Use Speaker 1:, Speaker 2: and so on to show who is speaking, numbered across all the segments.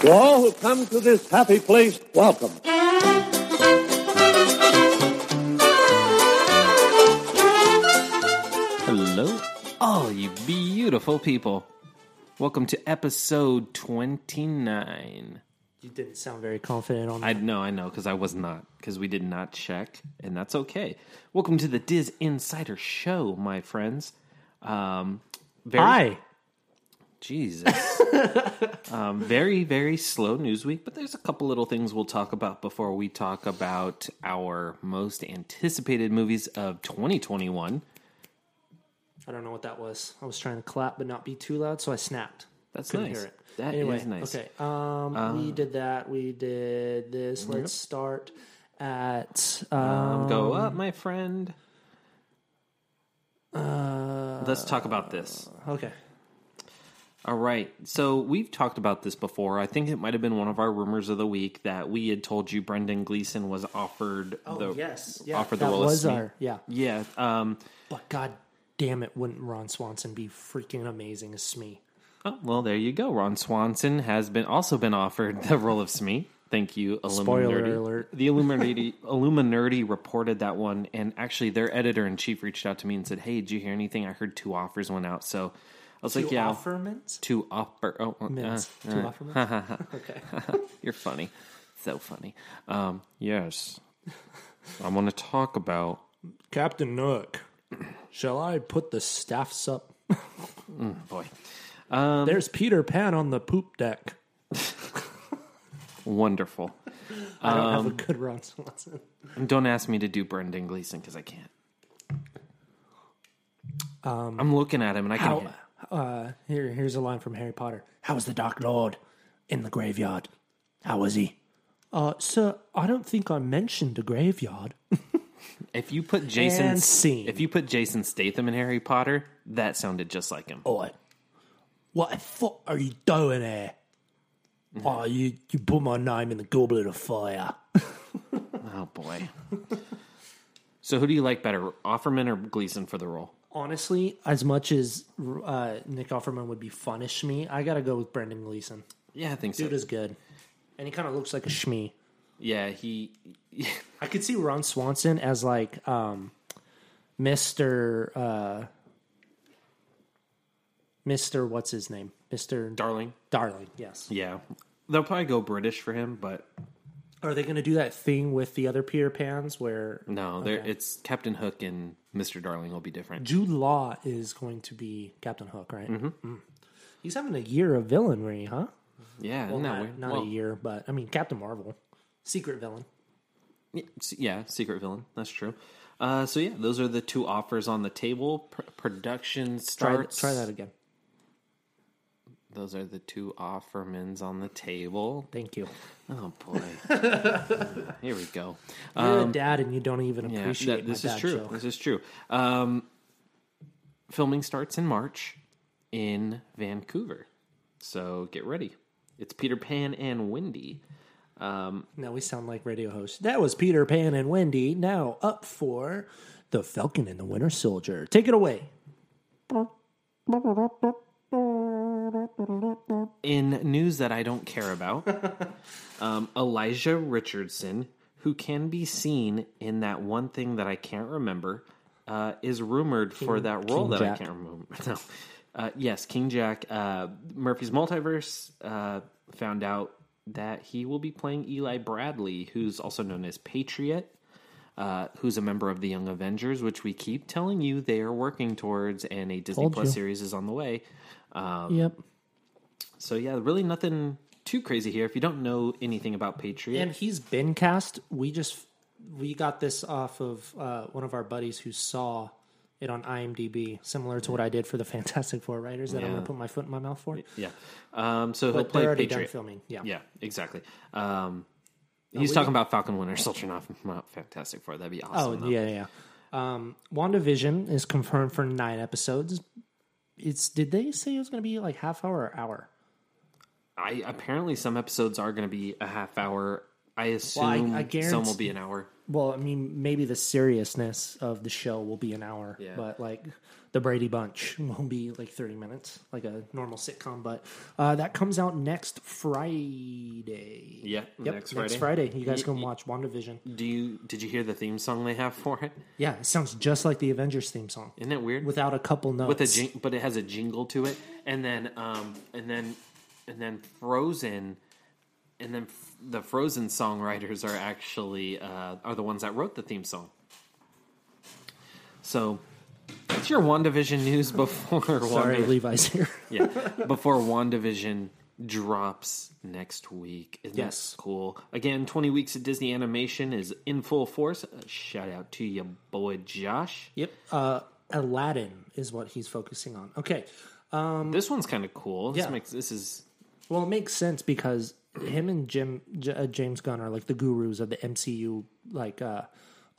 Speaker 1: To all who come to this happy place, welcome.
Speaker 2: Hello, all you beautiful people. Welcome to episode 29.
Speaker 3: You didn't sound very confident on
Speaker 2: I
Speaker 3: that.
Speaker 2: know, I know, because I was not, because we did not check, and that's okay. Welcome to the Diz Insider Show, my friends. Um, very,
Speaker 3: Hi.
Speaker 2: Jesus. um, very, very slow news week, but there's a couple little things we'll talk about before we talk about our most anticipated movies of 2021.
Speaker 3: I don't know what that was. I was trying to clap but not be too loud, so I snapped.
Speaker 2: That's
Speaker 3: Couldn't
Speaker 2: nice.
Speaker 3: hear it.
Speaker 2: That
Speaker 3: anyway,
Speaker 2: is nice.
Speaker 3: Okay. Um, we did that. We did this. Let's start at uh,
Speaker 2: Um, go up, my friend.
Speaker 3: uh,
Speaker 2: Let's talk about this.
Speaker 3: okay.
Speaker 2: All right. So we've talked about this before. I think it might have been one of our rumors of the week that we had told you Brendan Gleeson was offered the offered the
Speaker 3: Oh, that
Speaker 2: role of
Speaker 3: was
Speaker 2: Sneak.
Speaker 3: our yeah.
Speaker 2: Yeah. Um,
Speaker 3: But god damn it, wouldn't Ron Swanson be freaking amazing as Smee?
Speaker 2: oh, well, there you go. Ron Swanson has been also been offered the role of Smee. Thank you, Illuminati.
Speaker 3: Spoiler alert.
Speaker 2: The Illuminati Illuminati reported that one, and actually, their editor in chief reached out to me and said, "Hey, did you hear anything? I heard two offers went out." So I was like, "Yeah."
Speaker 3: Offerments?
Speaker 2: Two offer. Oh, uh,
Speaker 3: Minutes.
Speaker 2: uh,
Speaker 3: Two offerments? okay.
Speaker 2: You're funny. So funny. Um, yes. I want to talk about.
Speaker 3: Captain Nook, shall I put the staffs up?
Speaker 2: Boy.
Speaker 3: There's Peter Pan on the poop deck.
Speaker 2: Wonderful.
Speaker 3: I don't have a good Ron Swanson.
Speaker 2: Don't ask me to do Brendan Gleeson because I can't. I'm looking at him and I can.
Speaker 3: Um, How,
Speaker 2: hit.
Speaker 3: uh, here, here's a line from Harry Potter. How was the Dark Lord in the graveyard? How was he? Uh, sir, I don't think I mentioned a graveyard.
Speaker 2: If you put Jason,
Speaker 3: And scene.
Speaker 2: if you put Jason Statham in Harry Potter, that sounded just like him.
Speaker 3: Oi, what the fuck are you doing here? Oh, you, you put my name in the goblet of fire.
Speaker 2: Oh boy. so who do you like better, Offerman or Gleason for the role?
Speaker 3: Honestly, as much as uh, Nick Offerman would be fun as Shmi, I gotta go with Brendan Gleeson.
Speaker 2: Yeah, I think so.
Speaker 3: Dude is good. And he kind of looks like a Shmi.
Speaker 2: yeah, he.
Speaker 3: I could see Ron Swanson as like um Mr. uh Mr. what's his name? Mr.
Speaker 2: Darling.
Speaker 3: Darling, yes.
Speaker 2: Yeah, they'll probably go British for him, but
Speaker 3: Are they going to do that thing with the other Peter Pans where
Speaker 2: No, there it's Captain Hook and Mr. Darling will be different.
Speaker 3: Jude Law is going to be Captain Hook, right? Mm. He's having a year of villainry, huh?
Speaker 2: Yeah,
Speaker 3: Well,
Speaker 2: no,
Speaker 3: not, not
Speaker 2: well,
Speaker 3: a year, but I mean Captain Marvel, secret villain.
Speaker 2: yeah, s- yeah, secret villain. That's true. Uh, so yeah, those are the two offers on the table. Pr- production
Speaker 3: Try,
Speaker 2: starts.
Speaker 3: try that again.
Speaker 2: Those are the two offermans on the table.
Speaker 3: Thank you.
Speaker 2: Oh boy, Uh, here we go.
Speaker 3: You're a dad and you don't even
Speaker 2: Yeah,
Speaker 3: appreciate
Speaker 2: that- this
Speaker 3: my
Speaker 2: is
Speaker 3: dad
Speaker 2: true.
Speaker 3: joke.
Speaker 2: This is true. Um, filming starts in March in Vancouver, so get ready. It's Peter Pan and Wendy.
Speaker 3: Now we sound like radio hosts. That was Peter Pan and Wendy. Now up for the Falcon and the Winter Soldier. Take it away.
Speaker 2: In news that I don't care about, um, Elijah Richardson, who can be seen in that one thing that I can't remember, uh, is rumored for that role
Speaker 3: King
Speaker 2: that
Speaker 3: Jack.
Speaker 2: I can't remember. No. Uh, yes, King Jack. Uh, Murphy's Multiverse uh, found out that he will be playing Eli Bradley, who's also known as Patriot uh, who's a member of the Young Avengers, which we keep telling you they are working towards, and a Disney
Speaker 3: Told
Speaker 2: Plus
Speaker 3: you.
Speaker 2: series is on the way. Um,
Speaker 3: yep.
Speaker 2: So yeah, really nothing too crazy here. If you don't know anything about Patriot,
Speaker 3: And he's been cast. We just we got this off of uh, one of our buddies who saw it on IMDb, similar to what I did for the Fantastic Four writers that I'm going
Speaker 2: Yeah.
Speaker 3: to put my foot in my mouth for.
Speaker 2: yeah, um, so he'll
Speaker 3: But they're
Speaker 2: play
Speaker 3: already
Speaker 2: Patriot.
Speaker 3: done filming. Yeah.
Speaker 2: Yeah, exactly. Um, he's talking about Falcon Winter Soldier, not, not Fantastic Four. That'd be
Speaker 3: Oh
Speaker 2: awesome. though.
Speaker 3: yeah, yeah. yeah. Um, WandaVision is confirmed for nine episodes. It's did they say it was going to be like half hour or hour?
Speaker 2: I apparently some episodes are going to be a half hour. I assume
Speaker 3: I- I
Speaker 2: some
Speaker 3: guarantee-
Speaker 2: will be an hour.
Speaker 3: well, I mean, maybe the seriousness of the show will be an hour,
Speaker 2: Yeah.
Speaker 3: but like the Brady Bunch will be like 30 minutes, like a normal sitcom. But uh, that comes out next Friday.
Speaker 2: Yeah,
Speaker 3: Yep,
Speaker 2: next
Speaker 3: next
Speaker 2: Friday.
Speaker 3: Friday. You guys can watch WandaVision.
Speaker 2: Do you did you hear the theme song they have for it?
Speaker 3: Yeah, it sounds just like the Avengers theme song
Speaker 2: Isn't that weird?
Speaker 3: without a couple notes.
Speaker 2: with a jing- but it has a jingle to it, and then um and then and then Frozen, and then f- the Frozen songwriters are actually uh, are the ones that wrote the theme song. So that's your Wandavision news before
Speaker 3: Sorry,
Speaker 2: Wanda-
Speaker 3: Levi's here.
Speaker 2: yeah, before WandaVision drops next week. Isn't
Speaker 3: Yes.
Speaker 2: that cool? Again, 20 weeks of Disney animation is in full force. A shout out to your boy Josh.
Speaker 3: yep. Uh, Aladdin is what he's focusing on. Okay.
Speaker 2: This one's kind of cool. This
Speaker 3: um, Yeah.
Speaker 2: makes this is
Speaker 3: Well, it makes sense because him and Jim J- uh, James Gunn are like the gurus of the MCU, like uh,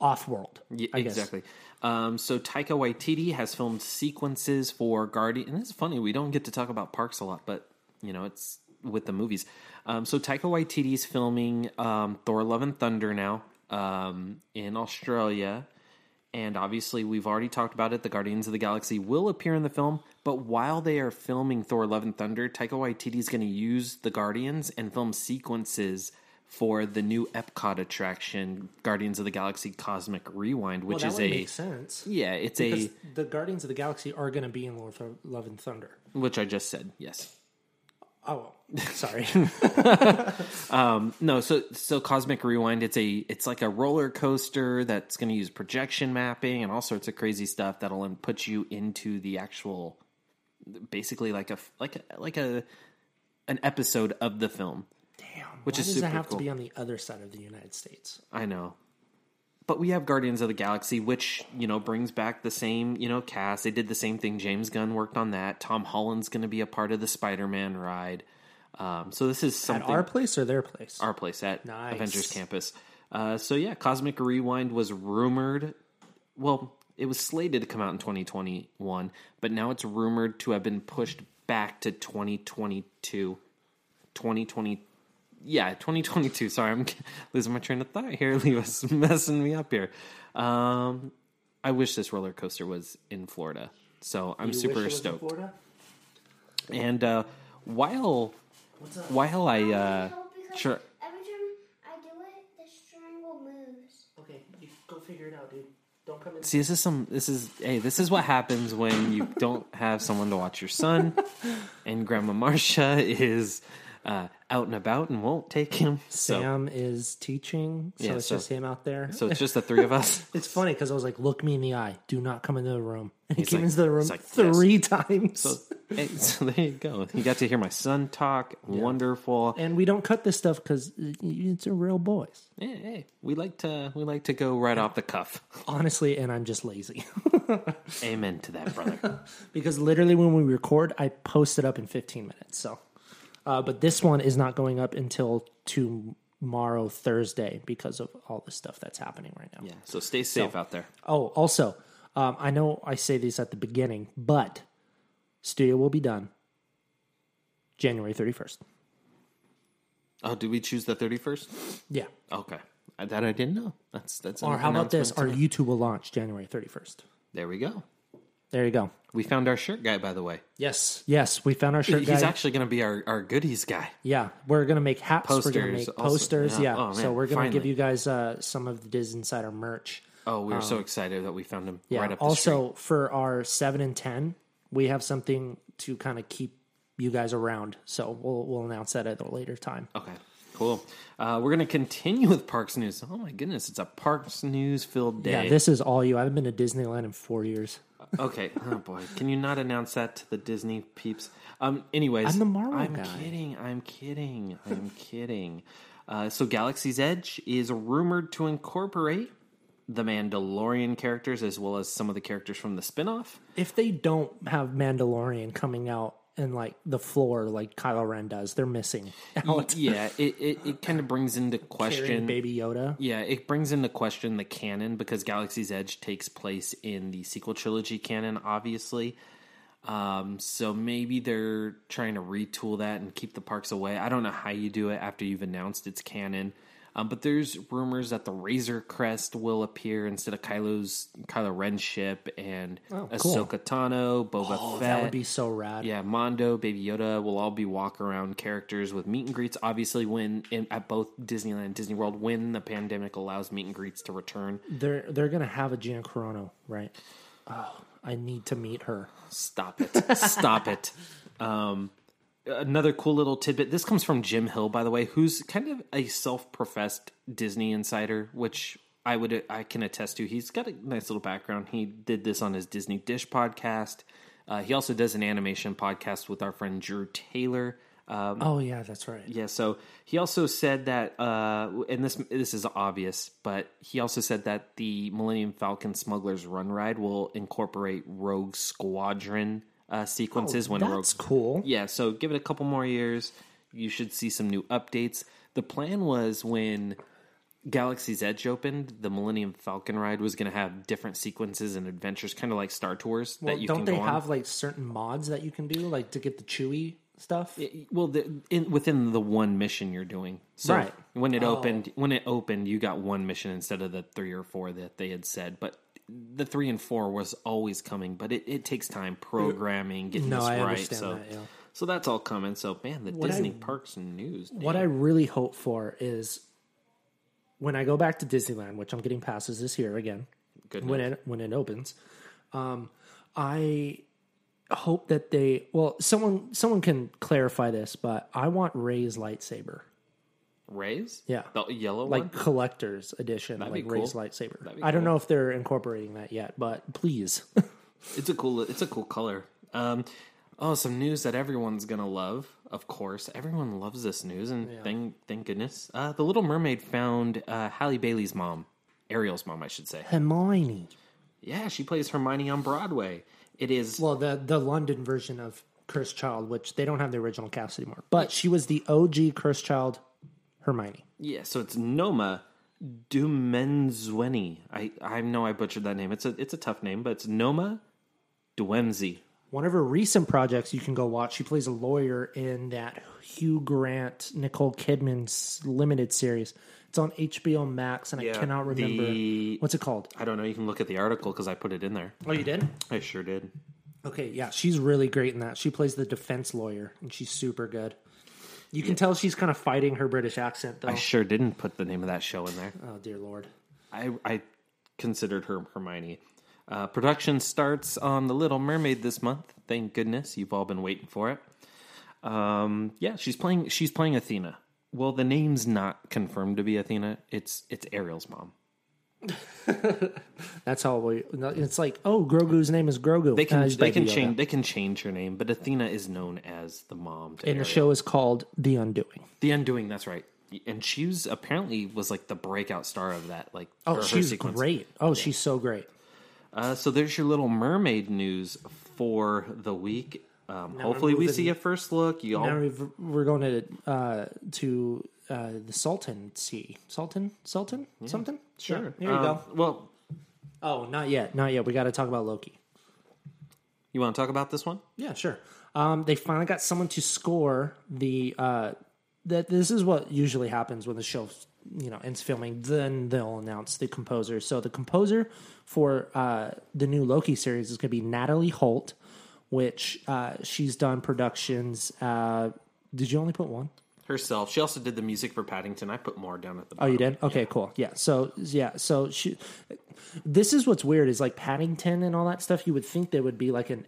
Speaker 3: off world.
Speaker 2: Yeah, exactly. Um, so Taika Waititi has filmed sequences for Guardian. And it's funny we don't get to talk about parks a lot, but you know it's with the movies. Um, so Taika Waititi's filming um, Thor: Love and Thunder now um, in Australia, and obviously we've already talked about it. The Guardians of the Galaxy will appear in the film, but while they are filming Thor: Love and Thunder, Taika Waititi is going to use the Guardians and film sequences for the new Epcot attraction, Guardians of the Galaxy Cosmic Rewind, which
Speaker 3: Well,
Speaker 2: is
Speaker 3: that would
Speaker 2: a
Speaker 3: make sense.
Speaker 2: yeah, it's
Speaker 3: Because
Speaker 2: a
Speaker 3: the Guardians of the Galaxy are going to be in Lord of Love and Thunder.
Speaker 2: which I just said yes.
Speaker 3: Oh, sorry.
Speaker 2: No, so so Cosmic Rewind, it's a it's like a roller coaster that's going to use projection mapping and all sorts of crazy stuff that'll then put you into the actual, basically like a f- like a, like a an episode of the film.
Speaker 3: Damn.
Speaker 2: Which
Speaker 3: why
Speaker 2: is
Speaker 3: does
Speaker 2: super
Speaker 3: it have
Speaker 2: cool.
Speaker 3: to be on the other side of the United States?
Speaker 2: I know. But we have Guardians of the Galaxy, which, you know, brings back the same, you know, cast. They did the same thing. James Gunn worked on that. Tom Holland's going to be a part of the Spider Man ride. Um, so this is
Speaker 3: At
Speaker 2: something.
Speaker 3: our place or their place?
Speaker 2: our place at
Speaker 3: Nice.
Speaker 2: Avengers Campus. Uh, so yeah, Cosmic Rewind was rumored. Well, it was slated to come out in 2021, but now it's rumored to have been pushed back to 2022. 2020. Yeah, 2022. Sorry, I'm losing my train of thought here. Levi's messing me up here. Um, I wish this roller coaster was in Florida. So I'm super stoked. And uh, while while I uh, sure.
Speaker 4: Every time I do it, this triangle moves.
Speaker 3: Okay, you go figure it out, dude. Don't come in.
Speaker 2: See, this is some. This is hey. This is what happens when you don't have someone to watch your son, and Grandma Marcia is uh, out and about and won't take him. So,
Speaker 3: Sam is teaching, so
Speaker 2: Yeah,
Speaker 3: it's
Speaker 2: so-
Speaker 3: just him out there.
Speaker 2: so it's just the three of us.
Speaker 3: It's funny because I was like, "Look me in the eye. Do not come into the room." And he came
Speaker 2: like-
Speaker 3: into the room
Speaker 2: he's like this.
Speaker 3: three times.
Speaker 2: So, hey, so there you go. You got to hear my son talk. Wonderful.
Speaker 3: and we don't cut this stuff because it's a real boys,
Speaker 2: Hey, hey, we like to we like to go right off the cuff.
Speaker 3: honestly. And I'm just lazy
Speaker 2: Amen to that, brother.
Speaker 3: because literally when we record, I post it up in 15 minutes. So, uh, but this one is not going up until tomorrow, Thursday, because of all the stuff that's happening right now.
Speaker 2: Yeah. So stay safe out there.
Speaker 3: Oh, also, um, I know I say these at the beginning, but studio will be done January 31st.
Speaker 2: Oh, did we choose the thirty first?
Speaker 3: Yeah.
Speaker 2: Okay, that I didn't know. That's that's. an
Speaker 3: Or how about this?
Speaker 2: announcement
Speaker 3: Our
Speaker 2: tonight.
Speaker 3: YouTube will launch January 31st.
Speaker 2: There we go.
Speaker 3: There you go.
Speaker 2: We found our shirt guy, by the way.
Speaker 3: Yes. Yes. We found our shirt
Speaker 2: He's
Speaker 3: guy.
Speaker 2: actually going to be our, our goodies guy.
Speaker 3: yeah. We're going to make hats. we're going to
Speaker 2: Posters
Speaker 3: make
Speaker 2: also.
Speaker 3: posters.
Speaker 2: Yeah.
Speaker 3: Yeah.
Speaker 2: Oh,
Speaker 3: so
Speaker 2: man.
Speaker 3: we're going to give
Speaker 2: Finally.
Speaker 3: you guys uh, some of the Diz Insider merch.
Speaker 2: Oh, we were so excited that we found him
Speaker 3: Yeah.
Speaker 2: right up the street.
Speaker 3: also, for our 7 and 10, we have something to kind of keep you guys around. So we'll, we'll announce that at a later time.
Speaker 2: Okay, cool. Uh, we're going to continue with Parks News. Oh, my goodness. It's a Parks News filled day.
Speaker 3: Yeah, this is all you. I haven't been to Disneyland in four years.
Speaker 2: okay. Oh, boy. Can you not announce that to the Disney peeps? Um. Anyways.
Speaker 3: I'm the Marvel
Speaker 2: I'm
Speaker 3: guy.
Speaker 2: kidding. I'm kidding. I'm kidding. Uh, so Galaxy's Edge is rumored to incorporate the Mandalorian characters as well as some of the characters from the spinoff.
Speaker 3: If they don't have Mandalorian coming out and like the floor like Kylo Ren does, they're missing out.
Speaker 2: Yeah, it, it, it kind of brings into
Speaker 3: Carrying
Speaker 2: question
Speaker 3: Baby Yoda.
Speaker 2: Yeah, it brings into question the canon because Galaxy's Edge takes place in the sequel trilogy canon, obviously. Um, so maybe they're trying to retool that and keep the parks away. I don't know how you do it after you've announced it's canon. Um, but there's rumors that the Razor Crest will appear instead of Kylo's Kylo Ren ship and
Speaker 3: Oh, cool. Oh,
Speaker 2: Ahsoka Tano, Boba Fett.
Speaker 3: That would be so rad.
Speaker 2: Yeah, Mondo, Baby Yoda will all be walk around characters with meet and greets. Obviously, when in, at both Disneyland and Disney World, when the pandemic allows meet and greets to return,
Speaker 3: They're they're gonna have a Gian Carano, right? Oh, I need to meet her.
Speaker 2: stop it, stop it. Um, another cool little tidbit. This comes from Jim Hill, by the way, who's kind of a self-professed Disney insider, which I would I can attest to. He's got a nice little background. He did this on his Disney Dish podcast. Uh, he also does an animation podcast with our friend Drew Taylor.
Speaker 3: Oh yeah, that's right.
Speaker 2: Um, Yeah. So he also said that, uh, and this this is obvious, but he also said that the Millennium Falcon Smuggler's Run ride will incorporate Rogue Squadron uh, sequences when Rogue.
Speaker 3: Oh, that's cool.
Speaker 2: Yeah. So give it a couple more years. You should see some new updates. The plan was when Galaxy's Edge opened, the Millennium Falcon ride was going to have different sequences and adventures, kind of like Star Tours.
Speaker 3: Well,
Speaker 2: that you
Speaker 3: don't
Speaker 2: can
Speaker 3: they
Speaker 2: go on.
Speaker 3: have like certain mods that you can do, like to get the Chewy stuff?
Speaker 2: well the, in, within the one mission you're doing so
Speaker 3: Right. Oh.
Speaker 2: when it opened when it opened you got one mission instead of the three or four that they had said but the three and four was always coming but it, it takes time programming getting
Speaker 3: No,
Speaker 2: this
Speaker 3: I
Speaker 2: right
Speaker 3: understand
Speaker 2: so
Speaker 3: that, yeah.
Speaker 2: so that's all coming so man the
Speaker 3: I-
Speaker 2: disney parks and news
Speaker 3: What I really hope for is when I go back to Disneyland, which I'm getting passes this year again.
Speaker 2: Goodness.
Speaker 3: When it when it opens, um, I hope that they well someone someone can clarify this, but I want Ray's lightsaber,
Speaker 2: rays
Speaker 3: Yeah.
Speaker 2: the yellow
Speaker 3: like
Speaker 2: one
Speaker 3: collector's edition,
Speaker 2: That'd be
Speaker 3: like Ray's
Speaker 2: cool.
Speaker 3: lightsaber.
Speaker 2: That'd be
Speaker 3: I don't
Speaker 2: cool.
Speaker 3: know if they're incorporating that yet, but please.
Speaker 2: it's a cool it's a cool color um oh some news that everyone's gonna love of course everyone loves this news and thank thank goodness uh the little mermaid found uh halle bailey's mom ariel's mom i should say
Speaker 3: Hermione.
Speaker 2: yeah she plays hermione on broadway it is
Speaker 3: Well, the the London version of Cursed Child, which they don't have the original cast anymore, but she was the OG Cursed Child Hermione.
Speaker 2: yeah so it's noma Dumenzweni. I I know I butchered that name. It's a it's a tough name, but it's Noma Duemzi.
Speaker 3: One of her recent projects you can go watch. She plays a lawyer in that Hugh Grant Nicole Kidman's limited series. It's on HBO Max, and I
Speaker 2: Yeah,
Speaker 3: cannot remember
Speaker 2: the-
Speaker 3: what's it called.
Speaker 2: I don't know. You can look at the article because I put it in there.
Speaker 3: Oh, you did?
Speaker 2: I sure did.
Speaker 3: Okay, yeah, she's really great in that. She plays the defense lawyer, and she's super good. You can tell she's kind of fighting her British accent, though.
Speaker 2: I sure didn't put the name of that show in there.
Speaker 3: oh dear lord.
Speaker 2: I, I considered her Hermione. Uh, production starts on The Little Mermaid this month. Thank goodness you've all been waiting for it. Um, yeah, she's playing. She's playing Athena. Well, the name's not confirmed to be Athena. It's it's Ariel's mom.
Speaker 3: That's how we. no, It's like, oh, Grogu's name is Grogu.
Speaker 2: They can
Speaker 3: Uh, he's
Speaker 2: they can
Speaker 3: Baby Yoda.
Speaker 2: change they can change her name, but Athena is known as the mom. To
Speaker 3: And the
Speaker 2: Ariel.
Speaker 3: show is called The Undoing.
Speaker 2: The Undoing. That's right. And she was apparently was like the breakout star of that. Like
Speaker 3: Oh,
Speaker 2: or her
Speaker 3: she's
Speaker 2: sequence.
Speaker 3: great. Oh, she's so great.
Speaker 2: Uh, so there's your Little Mermaid news for the week. Um, hopefully, we
Speaker 3: moving-
Speaker 2: see a first look. You
Speaker 3: Now
Speaker 2: all,
Speaker 3: we've, we're going to uh, to uh, the Sultan Sea. Sultan, Sultan, something. Sure. there you
Speaker 2: Um,
Speaker 3: go.
Speaker 2: Well,
Speaker 3: Oh, not yet, not yet. We got to talk about Loki.
Speaker 2: you want to talk about this one?
Speaker 3: Yeah, sure. Um, they finally got someone to score the. Uh, that this is what usually happens when the show you know ends filming. Then they'll announce the composer. So the composer for uh, the new Loki series is going to be Natalie Holt, which uh, she's done productions. Uh, did you only put one?
Speaker 2: Herself. She also did the music for Paddington. I put more down at the
Speaker 3: Oh,
Speaker 2: bottom.
Speaker 3: you did? Okay, cool. Yeah. So yeah. So she, this is what's weird is like Paddington and all that stuff. You would think there would be like an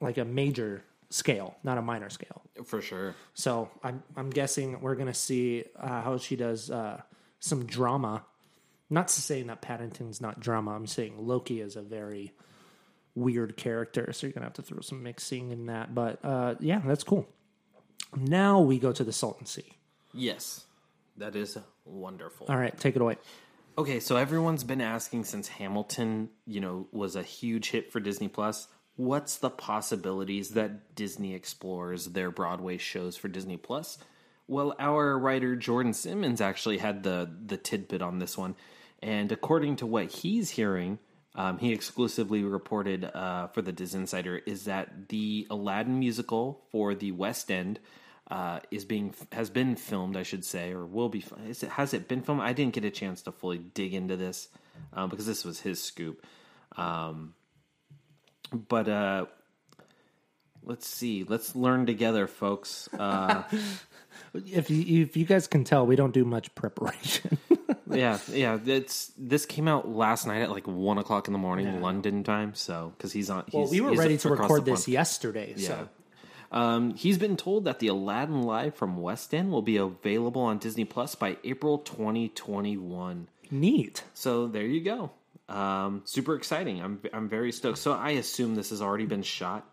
Speaker 3: like a major scale, not a minor scale.
Speaker 2: for sure.
Speaker 3: So I'm I'm guessing we're gonna see uh, how she does uh, some drama. Not to saying that Paddington's not drama. I'm saying Loki is a very weird character, so you're gonna have to throw some mixing in that. But uh, yeah, that's cool. Now we go to the Sultan Sea.
Speaker 2: Yes, that is wonderful.
Speaker 3: All right, take it away.
Speaker 2: Okay, so everyone's been asking since Hamilton, you know, was a huge hit for Disney Plus. What's the possibilities that Disney explores their Broadway shows for Disney Plus? Well, our writer Jordan Simmons actually had the the tidbit on this one, and according to what he's hearing, um, he exclusively reported uh, for the Diz Insider is that the Aladdin musical for the West End uh, is being has been filmed, I should say, or will be. fi- Is it, has it been filmed? I didn't get a chance to fully dig into this um, because this was his scoop. Um, but uh, let's see. Let's learn together, folks. Uh,
Speaker 3: If you, if you guys can tell, we don't do much preparation.
Speaker 2: yeah, yeah. It's this came out last night at like one o'clock in the morning London time. So because he's on. He's,
Speaker 3: well, we were
Speaker 2: he's
Speaker 3: ready to
Speaker 2: across
Speaker 3: record
Speaker 2: the
Speaker 3: this
Speaker 2: pond.
Speaker 3: yesterday.
Speaker 2: Yeah.
Speaker 3: So
Speaker 2: Um, he's been told that the Aladdin live from West End will be available on Disney Plus by April 2021.
Speaker 3: neat.
Speaker 2: So there you go. Um, super exciting. I'm I'm very stoked. So I assume this has already been shot.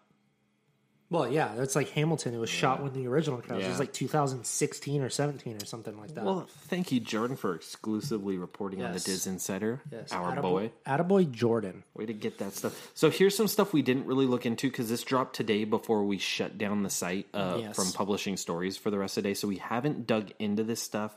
Speaker 3: Well, yeah, that's like Hamilton. It was shot when the original cast It
Speaker 2: Yeah.
Speaker 3: was like 2016 or 17 or something like that.
Speaker 2: Well, thank you, Jordan, for exclusively reporting on the
Speaker 3: Yes.
Speaker 2: Diz Insider.
Speaker 3: Yes,
Speaker 2: Our
Speaker 3: Attaboy-
Speaker 2: boy.
Speaker 3: Attaboy Jordan.
Speaker 2: Way to get that stuff. So here's some stuff we didn't really look into because this dropped today before we shut down the site uh,
Speaker 3: Yes.
Speaker 2: from publishing stories for the rest of the day. So we haven't dug into this stuff.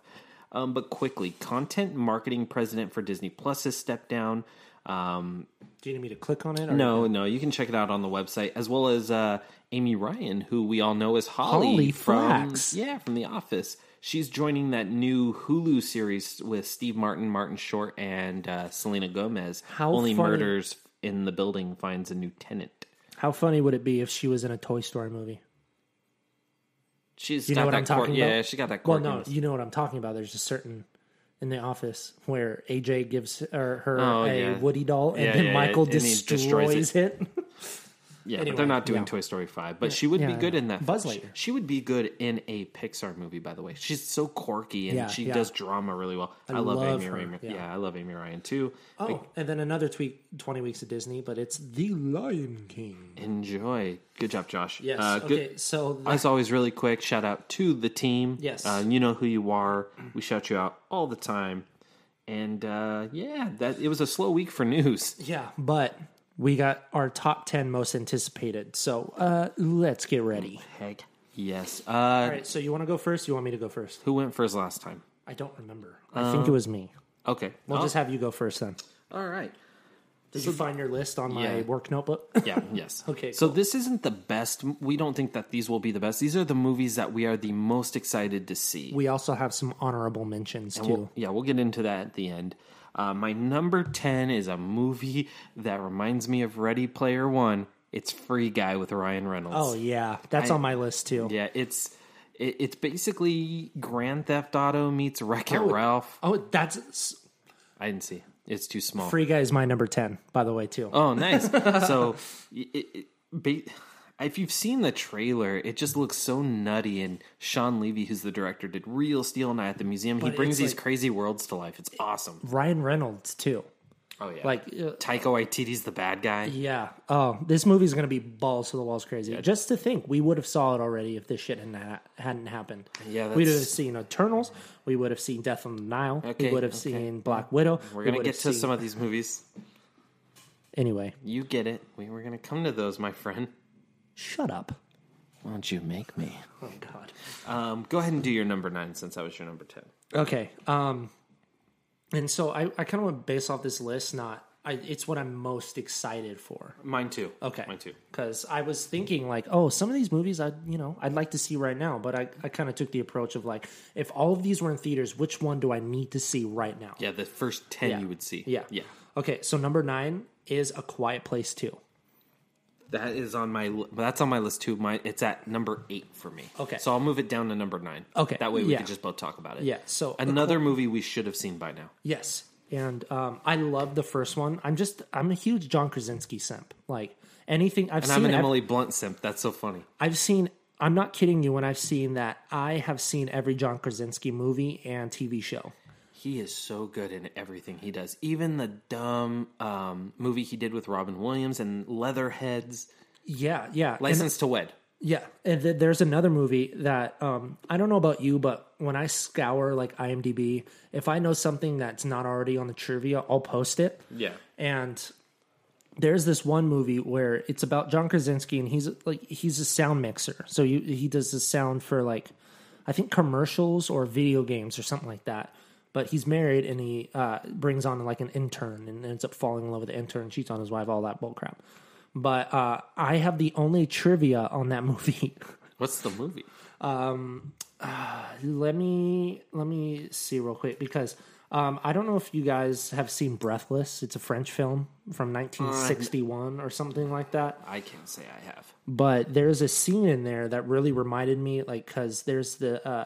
Speaker 2: Um, but quickly, content marketing president for Disney Plus has stepped down. Um,
Speaker 3: Do you need me to click on it? Or
Speaker 2: no, no, you can check it out on the website as well as uh, Amy Ryan, who we all know as Holly,
Speaker 3: Holly
Speaker 2: from
Speaker 3: Flax.
Speaker 2: yeah from The Office. She's joining that new Hulu series with Steve Martin, Martin Short, and uh, Selena Gomez.
Speaker 3: How
Speaker 2: only
Speaker 3: funny.
Speaker 2: murders in the building finds a new tenant.
Speaker 3: How funny would it be if she was in a Toy Story movie?
Speaker 2: She's
Speaker 3: You know
Speaker 2: got
Speaker 3: what
Speaker 2: that
Speaker 3: I'm
Speaker 2: quirk-
Speaker 3: talking about?
Speaker 2: Yeah, she got that
Speaker 3: Well,
Speaker 2: quirk.
Speaker 3: no, you know what I'm talking about. There's a certain in the office where AJ gives her, her
Speaker 2: Oh,
Speaker 3: a
Speaker 2: yeah.
Speaker 3: Woody doll, and
Speaker 2: Yeah,
Speaker 3: then
Speaker 2: yeah, yeah,
Speaker 3: Michael
Speaker 2: and he
Speaker 3: destroys,
Speaker 2: destroys
Speaker 3: it.
Speaker 2: yeah, but
Speaker 3: anyway,
Speaker 2: they're not doing
Speaker 3: yeah.
Speaker 2: Toy Story Five. But she would be
Speaker 3: yeah,
Speaker 2: good
Speaker 3: yeah.
Speaker 2: in that.
Speaker 3: Buzz
Speaker 2: She-
Speaker 3: Lightyear.
Speaker 2: She, would be good in a Pixar movie. By the way, she's so quirky and
Speaker 3: Yeah,
Speaker 2: she
Speaker 3: yeah.
Speaker 2: does drama really well. I, love,
Speaker 3: love
Speaker 2: Amy
Speaker 3: her,
Speaker 2: Ryan. Yeah.
Speaker 3: yeah.
Speaker 2: I love Amy Ryan too.
Speaker 3: oh, and then another tweet: 20 weeks of Disney, but it's The Lion King.
Speaker 2: Enjoy. Good job, Josh.
Speaker 3: Yes.
Speaker 2: Uh, good,
Speaker 3: okay. So that-
Speaker 2: As always, really quick shout out to the team.
Speaker 3: Yes.
Speaker 2: Uh, you know who you are. We shout you out all the time. And uh, yeah, that it was a slow week for news.
Speaker 3: yeah, but we got our top 10 most anticipated. So uh, let's get ready.
Speaker 2: Heck yes. Uh,
Speaker 3: All right. So you want to go first? You want me to go first?
Speaker 2: Who went first last time?
Speaker 3: I don't remember. I
Speaker 2: Um,
Speaker 3: think it was me.
Speaker 2: Okay.
Speaker 3: We'll
Speaker 2: Oh,
Speaker 3: just have you go first then.
Speaker 2: all right.
Speaker 3: Did you find your list on my
Speaker 2: Yeah.
Speaker 3: work notebook?
Speaker 2: Yeah, yes.
Speaker 3: Okay,
Speaker 2: So this isn't the best. We don't think that these will be the best. These are the movies that we are the most excited to see.
Speaker 3: we also have some honorable mentions too.
Speaker 2: We'll- yeah, we'll get into that at the end. Uh, my number 10 is a movie that reminds me of Ready Player One. It's Free Guy with Ryan Reynolds.
Speaker 3: oh yeah, that's
Speaker 2: I-
Speaker 3: on my list too.
Speaker 2: Yeah, it's it, it's basically Grand Theft Auto meets Wreck It
Speaker 3: Oh,
Speaker 2: Ralph.
Speaker 3: Oh, that's
Speaker 2: I didn't see. It's too small.
Speaker 3: Free Guy is my number ten, by the way too.
Speaker 2: Oh, nice. so, it, it, ba if you've seen the trailer, it just looks so nutty. And Sean Levy, who's the director, did Real Steel Night at the Museum. he
Speaker 3: it's
Speaker 2: brings these
Speaker 3: like-
Speaker 2: crazy worlds to life. It's awesome.
Speaker 3: Ryan Reynolds too.
Speaker 2: Oh yeah,
Speaker 3: Like uh,
Speaker 2: Taika Waititi's the bad guy.
Speaker 3: yeah. Oh, this movie's gonna be balls to the walls crazy. Just to think, we would have saw it already if this shit hadn't, ha- hadn't happened.
Speaker 2: Yeah,
Speaker 3: we'd have
Speaker 2: that's-
Speaker 3: seen Eternals. We would have seen Death on the Nile.
Speaker 2: Okay,
Speaker 3: we would have
Speaker 2: okay.
Speaker 3: seen Black Widow.
Speaker 2: We're gonna get to some of these movies.
Speaker 3: anyway.
Speaker 2: You get it. We were gonna come to those, my friend.
Speaker 3: Shut up.
Speaker 2: Won't you make me?
Speaker 3: Oh God.
Speaker 2: Um, go ahead and do your number nine since I was your number ten.
Speaker 3: Okay. Um, and so I, I kind of went based off this list. Not I, it's what I'm most excited for.
Speaker 2: Mine too.
Speaker 3: Okay.
Speaker 2: Mine too.
Speaker 3: Because I was thinking like, oh, some of these movies I you know I'd like to see right now, but I, I kind of took the approach of like, if all of these were in theaters, which one do I need to see right now?
Speaker 2: Yeah, the first ten you would see.
Speaker 3: Yeah.
Speaker 2: yeah.
Speaker 3: Okay. So number nine is A Quiet Place Two.
Speaker 2: That is on my. li- That's on my list too. My it's at number eight for me.
Speaker 3: Okay.
Speaker 2: so I'll move it down to number nine.
Speaker 3: Okay,
Speaker 2: that way we
Speaker 3: yeah.
Speaker 2: can just both talk about it.
Speaker 3: Yeah. So
Speaker 2: another movie we should have seen by now.
Speaker 3: Yes, and um, I love the first one. I'm just I'm a huge John Krasinski simp. Like anything I've
Speaker 2: And
Speaker 3: seen,
Speaker 2: I'm an
Speaker 3: ev-
Speaker 2: Emily Blunt simp. That's so funny.
Speaker 3: I've seen. I'm not kidding you when I've seen that. I have seen every John Krasinski movie and TV show.
Speaker 2: He is so good in everything he does. Even the dumb um, movie he did with Robin Williams and Leatherheads,
Speaker 3: Yeah, yeah, and,
Speaker 2: License to Wed.
Speaker 3: yeah. And th- there's another movie that um, I don't know about you, but when I scour like IMDb, if I know something that's not already on the trivia, I'll post it.
Speaker 2: Yeah,
Speaker 3: and there's this one movie where it's about John Krasinski and he's like he's a sound mixer, so you, he does the sound for like I think commercials or video games or something like that. But he's married and he uh, brings on like an intern and ends up falling in love with the intern, cheats on his wife, all that bullcrap. But uh, I have the only trivia on that movie.
Speaker 2: what's the movie?
Speaker 3: Um, uh, let me let me see real quick because um, I don't know if you guys have seen Breathless. It's a French film from 1961 or something like that
Speaker 2: I can't say I have.
Speaker 3: but there's a scene in there that really reminded me like because there's the uh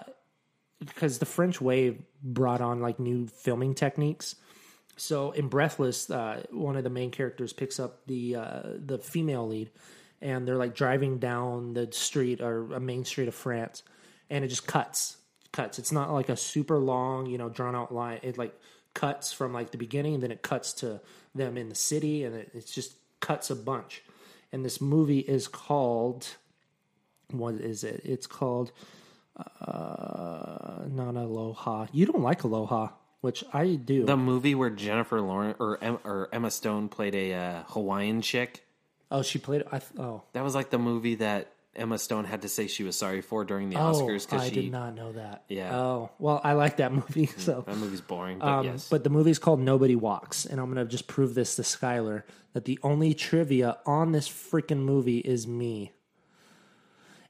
Speaker 3: because the french wave brought on like new filming techniques so in breathless uh one of the main characters picks up the uh the female lead and they're like driving down the street or a main street of france and it just cuts cuts it's not like a super long you know drawn out line it like cuts from like the beginning and then it cuts to them in the city and it, it's just cuts a bunch and this movie is called what is it it's called uh not aloha you don't like aloha which i do
Speaker 2: The movie where Jennifer Lawrence or Em- or Emma Stone played a uh, Hawaiian chick.
Speaker 3: oh she played i th- oh
Speaker 2: That was like the movie that Emma Stone had to say she was sorry for during the Oscars
Speaker 3: oh
Speaker 2: because
Speaker 3: i
Speaker 2: she
Speaker 3: did not know that
Speaker 2: Yeah.
Speaker 3: oh well i like that movie so
Speaker 2: that movie's boring. But
Speaker 3: um,
Speaker 2: yes,
Speaker 3: but the movie's called nobody walks and i'm gonna just prove this to skylar that the only trivia on this freaking movie is me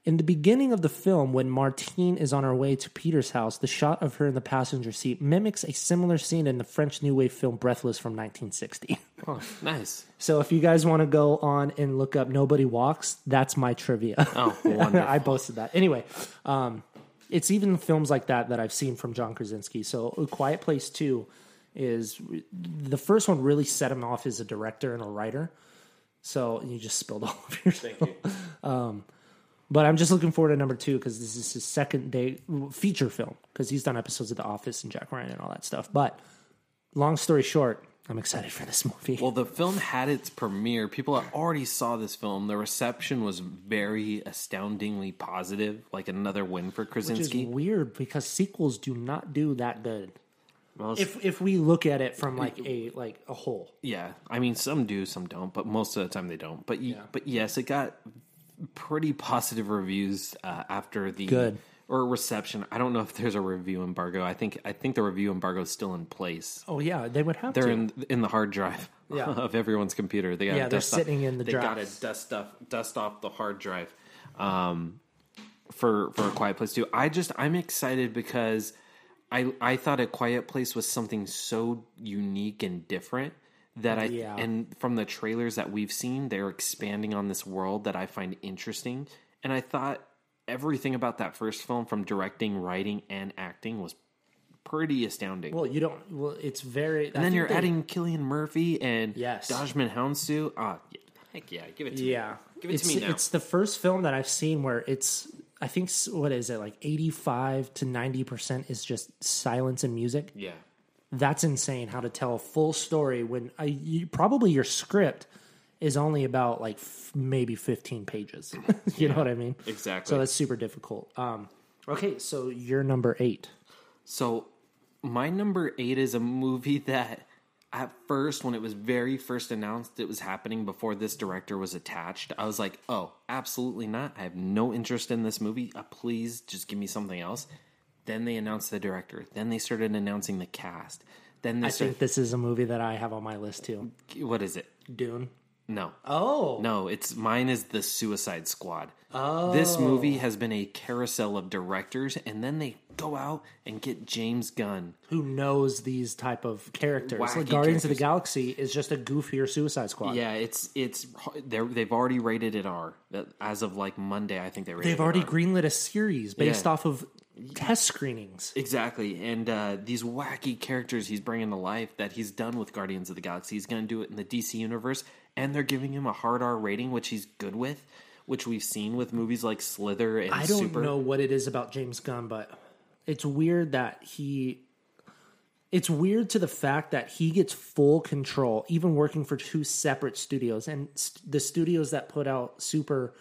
Speaker 3: In the beginning of the film, when Martine is on her way to Peter's house, the shot of her in the passenger seat mimics a similar scene in the French New Wave film Breathless from 1960.
Speaker 2: oh, nice.
Speaker 3: So if you guys want to go on and look up Nobody Walks, that's my trivia.
Speaker 2: Oh, wonderful.
Speaker 3: I posted that. Anyway, um, it's even films like that that I've seen from John Krasinski. So A Quiet Place 2 is the first one really set him off as a director and a writer. So you just spilled all of your Thank you. Um, but I'm just looking forward to number two because this is his second day feature film because he's done episodes of The Office and Jack Ryan and all that stuff. But long story short, I'm excited for this movie.
Speaker 2: Well, the film had its premiere. People already saw this film. The reception was very astoundingly positive, like another win for
Speaker 3: which
Speaker 2: Krasinski.
Speaker 3: is weird because sequels do not do that good.
Speaker 2: Well, it's-
Speaker 3: If if we look at it from like a like a whole,
Speaker 2: yeah, I mean, some do, some don't, but most of the time they don't. But y- but yes, it got pretty positive reviews uh, after the
Speaker 3: Good.
Speaker 2: or reception. I don't know if there's a review embargo. I think I think the review embargo is still in place.
Speaker 3: oh yeah, they would have
Speaker 2: They're
Speaker 3: to.
Speaker 2: in in the hard drive
Speaker 3: Yeah.
Speaker 2: of everyone's computer. They got
Speaker 3: Yeah, they're
Speaker 2: dust
Speaker 3: sitting
Speaker 2: off,
Speaker 3: in the
Speaker 2: They
Speaker 3: drive.
Speaker 2: got to dust off dust off the hard drive. Um, for for a quiet place too. I just I'm excited because I I thought a quiet place was something so unique and different that I
Speaker 3: Yeah.
Speaker 2: and from the trailers that we've seen, they're expanding on this world that I find interesting. And I thought everything about that first film, from directing, writing, and acting, was pretty astounding.
Speaker 3: well, you don't. Well, it's very.
Speaker 2: And then you're adding Killian Murphy and
Speaker 3: Yes.
Speaker 2: Dodgman Houndsu. Ah, yeah. heck yeah, give it to me.
Speaker 3: Yeah,
Speaker 2: Give it
Speaker 3: it's,
Speaker 2: to me now.
Speaker 3: It's the first film that I've seen where it's. I think s- what is it like eighty five to ninety percent is just silence and music.
Speaker 2: Yeah.
Speaker 3: That's insane. How to tell a full story when I, you, probably your script is only about like f- maybe fifteen pages. you know what I mean?
Speaker 2: Exactly.
Speaker 3: So that's super difficult. Um, okay, so you're number eight.
Speaker 2: So my number eight is a movie that at first when it was very first announced it was happening before this director was attached, I was like, oh, absolutely not. I have no interest in this movie. Uh, please just give me something else. Then they announced the director. Then they started announcing the cast. Then they
Speaker 3: I think
Speaker 2: started,
Speaker 3: this is a movie that I have on my list too.
Speaker 2: what is it?
Speaker 3: Dune.
Speaker 2: No.
Speaker 3: Oh,
Speaker 2: No, it's mine is the Suicide Squad. Oh. This movie has been a carousel of directors and then they go out and get James Gunn.
Speaker 3: who knows these type of characters?
Speaker 2: Wacky
Speaker 3: like Guardians of the
Speaker 2: characters.
Speaker 3: Galaxy is just a goofier Suicide Squad.
Speaker 2: Yeah, it's it's they're, they've already rated it R That- as of like Monday. I think they rated
Speaker 3: They've
Speaker 2: it
Speaker 3: already
Speaker 2: R.
Speaker 3: greenlit a series based
Speaker 2: Yeah.
Speaker 3: off of test screenings.
Speaker 2: exactly, and uh, these wacky characters he's bringing to life that he's done with Guardians of the Galaxy. He's going to do it in the DC universe, and they're giving him a hard R rating, which he's good with, which we've seen with movies like Slither and
Speaker 3: I don't
Speaker 2: Super.
Speaker 3: know what it is about James Gunn, but it's weird that he. It's weird to the fact that he gets full control, even working for two separate studios, and st- the studios that put out Super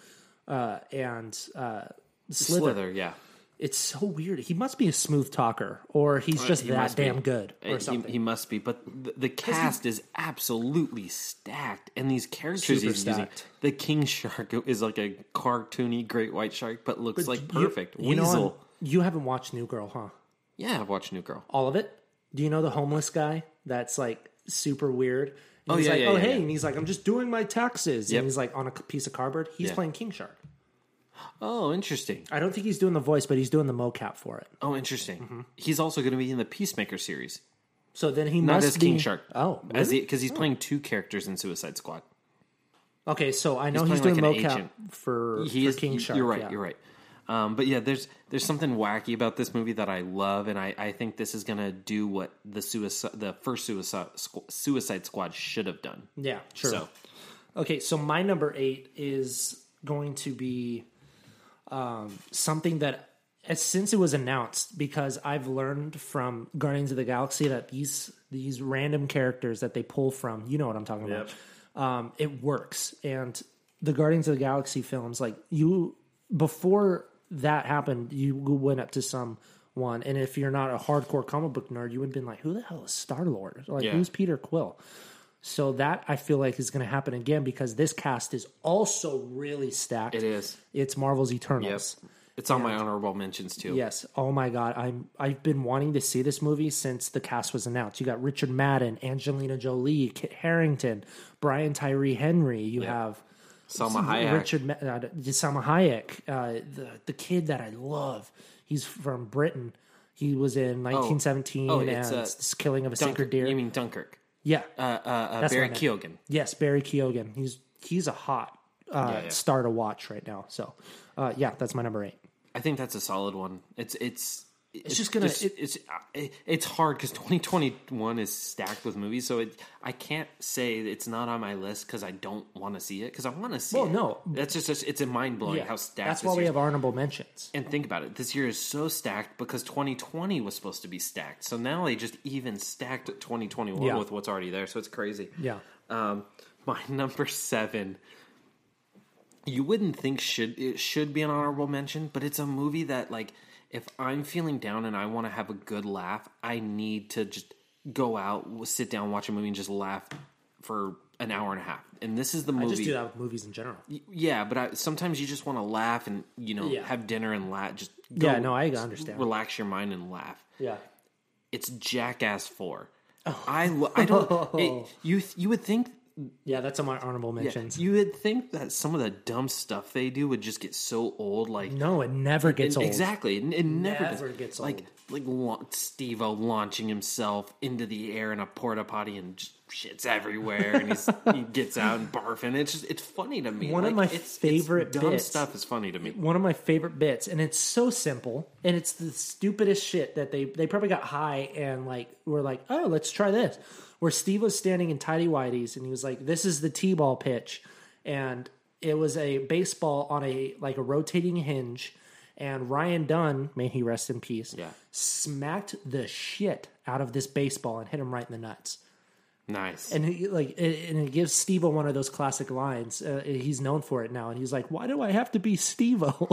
Speaker 3: uh, and uh, Slither.
Speaker 2: Slither, yeah,
Speaker 3: It's so weird. He must be a smooth talker, or he's just
Speaker 2: Uh, he
Speaker 3: that
Speaker 2: must be.
Speaker 3: damn good,
Speaker 2: Uh,
Speaker 3: or
Speaker 2: he-
Speaker 3: something.
Speaker 2: He, must be, but the, the cast is absolutely stacked, and these characters
Speaker 3: Super
Speaker 2: he's using.
Speaker 3: stacked.
Speaker 2: The king shark is like a cartoony great white shark, but looks like
Speaker 3: You-
Speaker 2: perfect
Speaker 3: You, know,
Speaker 2: weasel.
Speaker 3: I'm- you haven't watched New Girl, huh?
Speaker 2: yeah, I've watched New Girl.
Speaker 3: all of it. Do you know the homeless guy that's like super weird? And
Speaker 2: Oh,
Speaker 3: he's
Speaker 2: yeah,
Speaker 3: like,
Speaker 2: yeah,
Speaker 3: oh
Speaker 2: yeah,
Speaker 3: hey,
Speaker 2: yeah.
Speaker 3: and he's like, I'm just doing my taxes,
Speaker 2: Yep.
Speaker 3: and he's like on a piece of cardboard. He's
Speaker 2: Yeah.
Speaker 3: playing King Shark.
Speaker 2: Oh, interesting.
Speaker 3: I don't think he's doing the voice, but he's doing the mocap for it.
Speaker 2: Oh, interesting.
Speaker 3: Mm-hmm.
Speaker 2: He's also going to be in the Peacemaker series,
Speaker 3: So then he
Speaker 2: not
Speaker 3: must
Speaker 2: as
Speaker 3: be
Speaker 2: King Shark.
Speaker 3: Oh,
Speaker 2: as
Speaker 3: really?
Speaker 2: because he's playing two characters in Suicide Squad.
Speaker 3: okay. So I know he's,
Speaker 2: playing
Speaker 3: doing
Speaker 2: like an
Speaker 3: mocap
Speaker 2: agent.
Speaker 3: for,
Speaker 2: He
Speaker 3: for
Speaker 2: is
Speaker 3: King
Speaker 2: y-
Speaker 3: Shark.
Speaker 2: You're right.
Speaker 3: yeah.
Speaker 2: You're right. Um, but yeah, there's there's something wacky about this movie that I love, and I, I think this is gonna do what the suicide the first suicide Squ- Suicide Squad should have done.
Speaker 3: Yeah, sure.
Speaker 2: So
Speaker 3: Okay, so my number eight is going to be um, something that, as- since it was announced, because I've learned from Guardians of the Galaxy that these these random characters that they pull from, you know what I'm talking about. Um, it works, and the Guardians of the Galaxy films, like you, before that happened, you went up to someone, and if you're not a hardcore comic book nerd, you would have been like, "Who the hell is Star Lord? Like,
Speaker 2: Yeah.
Speaker 3: who's Peter Quill?" So that I feel like is going to happen again because this cast is also really stacked.
Speaker 2: it is.
Speaker 3: It's Marvel's Eternals.
Speaker 2: It's on my honorable mentions too.
Speaker 3: Yes. Oh my god, I'm I've been wanting to see this movie since the cast was announced. You got Richard Madden, Angelina Jolie, Kit Harrington, Brian Tyree Henry. You have
Speaker 2: Salma Hayek.
Speaker 3: Richard Ma- uh, Salma Hayek, uh, the the kid that I love. He's from Britain. He was in 1917
Speaker 2: Oh,
Speaker 3: and
Speaker 2: it's, uh,
Speaker 3: s- Killing of a Sacred
Speaker 2: Dunkirk.
Speaker 3: Deer.
Speaker 2: You mean Dunkirk?
Speaker 3: yeah.
Speaker 2: Uh, uh, uh,
Speaker 3: That's what I
Speaker 2: Barry
Speaker 3: meant.
Speaker 2: Keoghan.
Speaker 3: Yes, Barry Keoghan. He's he's a hot uh,
Speaker 2: yeah.
Speaker 3: star to watch right now. So, uh, yeah, that's my number eight.
Speaker 2: I think that's a solid one. It's it's it's,
Speaker 3: just gonna- it-
Speaker 2: it's it, it's hard because 2021 is stacked with movies, so it, I can't say it's not on my list because I don't want to see it because I want to see.
Speaker 3: Well,
Speaker 2: it.
Speaker 3: no.
Speaker 2: that's just it's, it's a mind blowing Oh, how stacked.
Speaker 3: that's
Speaker 2: this
Speaker 3: why we
Speaker 2: year's-
Speaker 3: have honorable mentions.
Speaker 2: And think about it. This year is so stacked because 2020 was supposed to be stacked. So now they just even stacked 2021
Speaker 3: Yeah.
Speaker 2: with what's already there. So it's crazy.
Speaker 3: Yeah.
Speaker 2: Um, my number seven. You wouldn't think should it should be an honorable mention, but it's a movie that like if I'm feeling down and I want to have a good laugh, I need to just go out, sit down, watch a movie, and just laugh for an hour and a half. And this is the movie.
Speaker 3: I just do that with movies in general.
Speaker 2: Yeah, but I, sometimes you just want to laugh and you know
Speaker 3: Yeah.
Speaker 2: have dinner and laugh. Just
Speaker 3: Yeah, no, I understand.
Speaker 2: Relax your mind and laugh.
Speaker 3: Yeah.
Speaker 2: It's Jackass Four.
Speaker 3: Oh.
Speaker 2: I lo- I don't. it- you you would think
Speaker 3: Yeah, that's on my honorable mentions.
Speaker 2: you would think that some of the dumb stuff they do would just get so old. Like
Speaker 3: no, it never gets old.
Speaker 2: exactly, it, it never,
Speaker 3: Never
Speaker 2: does.
Speaker 3: gets
Speaker 2: like
Speaker 3: old.
Speaker 2: like la- Steve-O launching himself into the air in a porta potty and just shits everywhere, and he's, he gets out and barfing. It's just it's funny to me.
Speaker 3: One of
Speaker 2: Like,
Speaker 3: my
Speaker 2: it's- it's
Speaker 3: favorite
Speaker 2: dumb
Speaker 3: bits-
Speaker 2: stuff is funny to me.
Speaker 3: One of my favorite bits, and it's so simple, and it's the stupidest shit that they they probably got high and like were like, oh, let's try this. Where Steve was standing in tidy whities, and he was like, "This is the t-ball pitch," and it was a baseball on a like a rotating hinge, and Ryan Dunn, may he rest in peace,
Speaker 2: Yeah.
Speaker 3: smacked the shit out of this baseball and hit him right in the nuts.
Speaker 2: Nice.
Speaker 3: and he, like it, and it gives Steve-O one of those classic lines. Uh, he's known for it now, and he's like, "Why do I have to be Steve-O?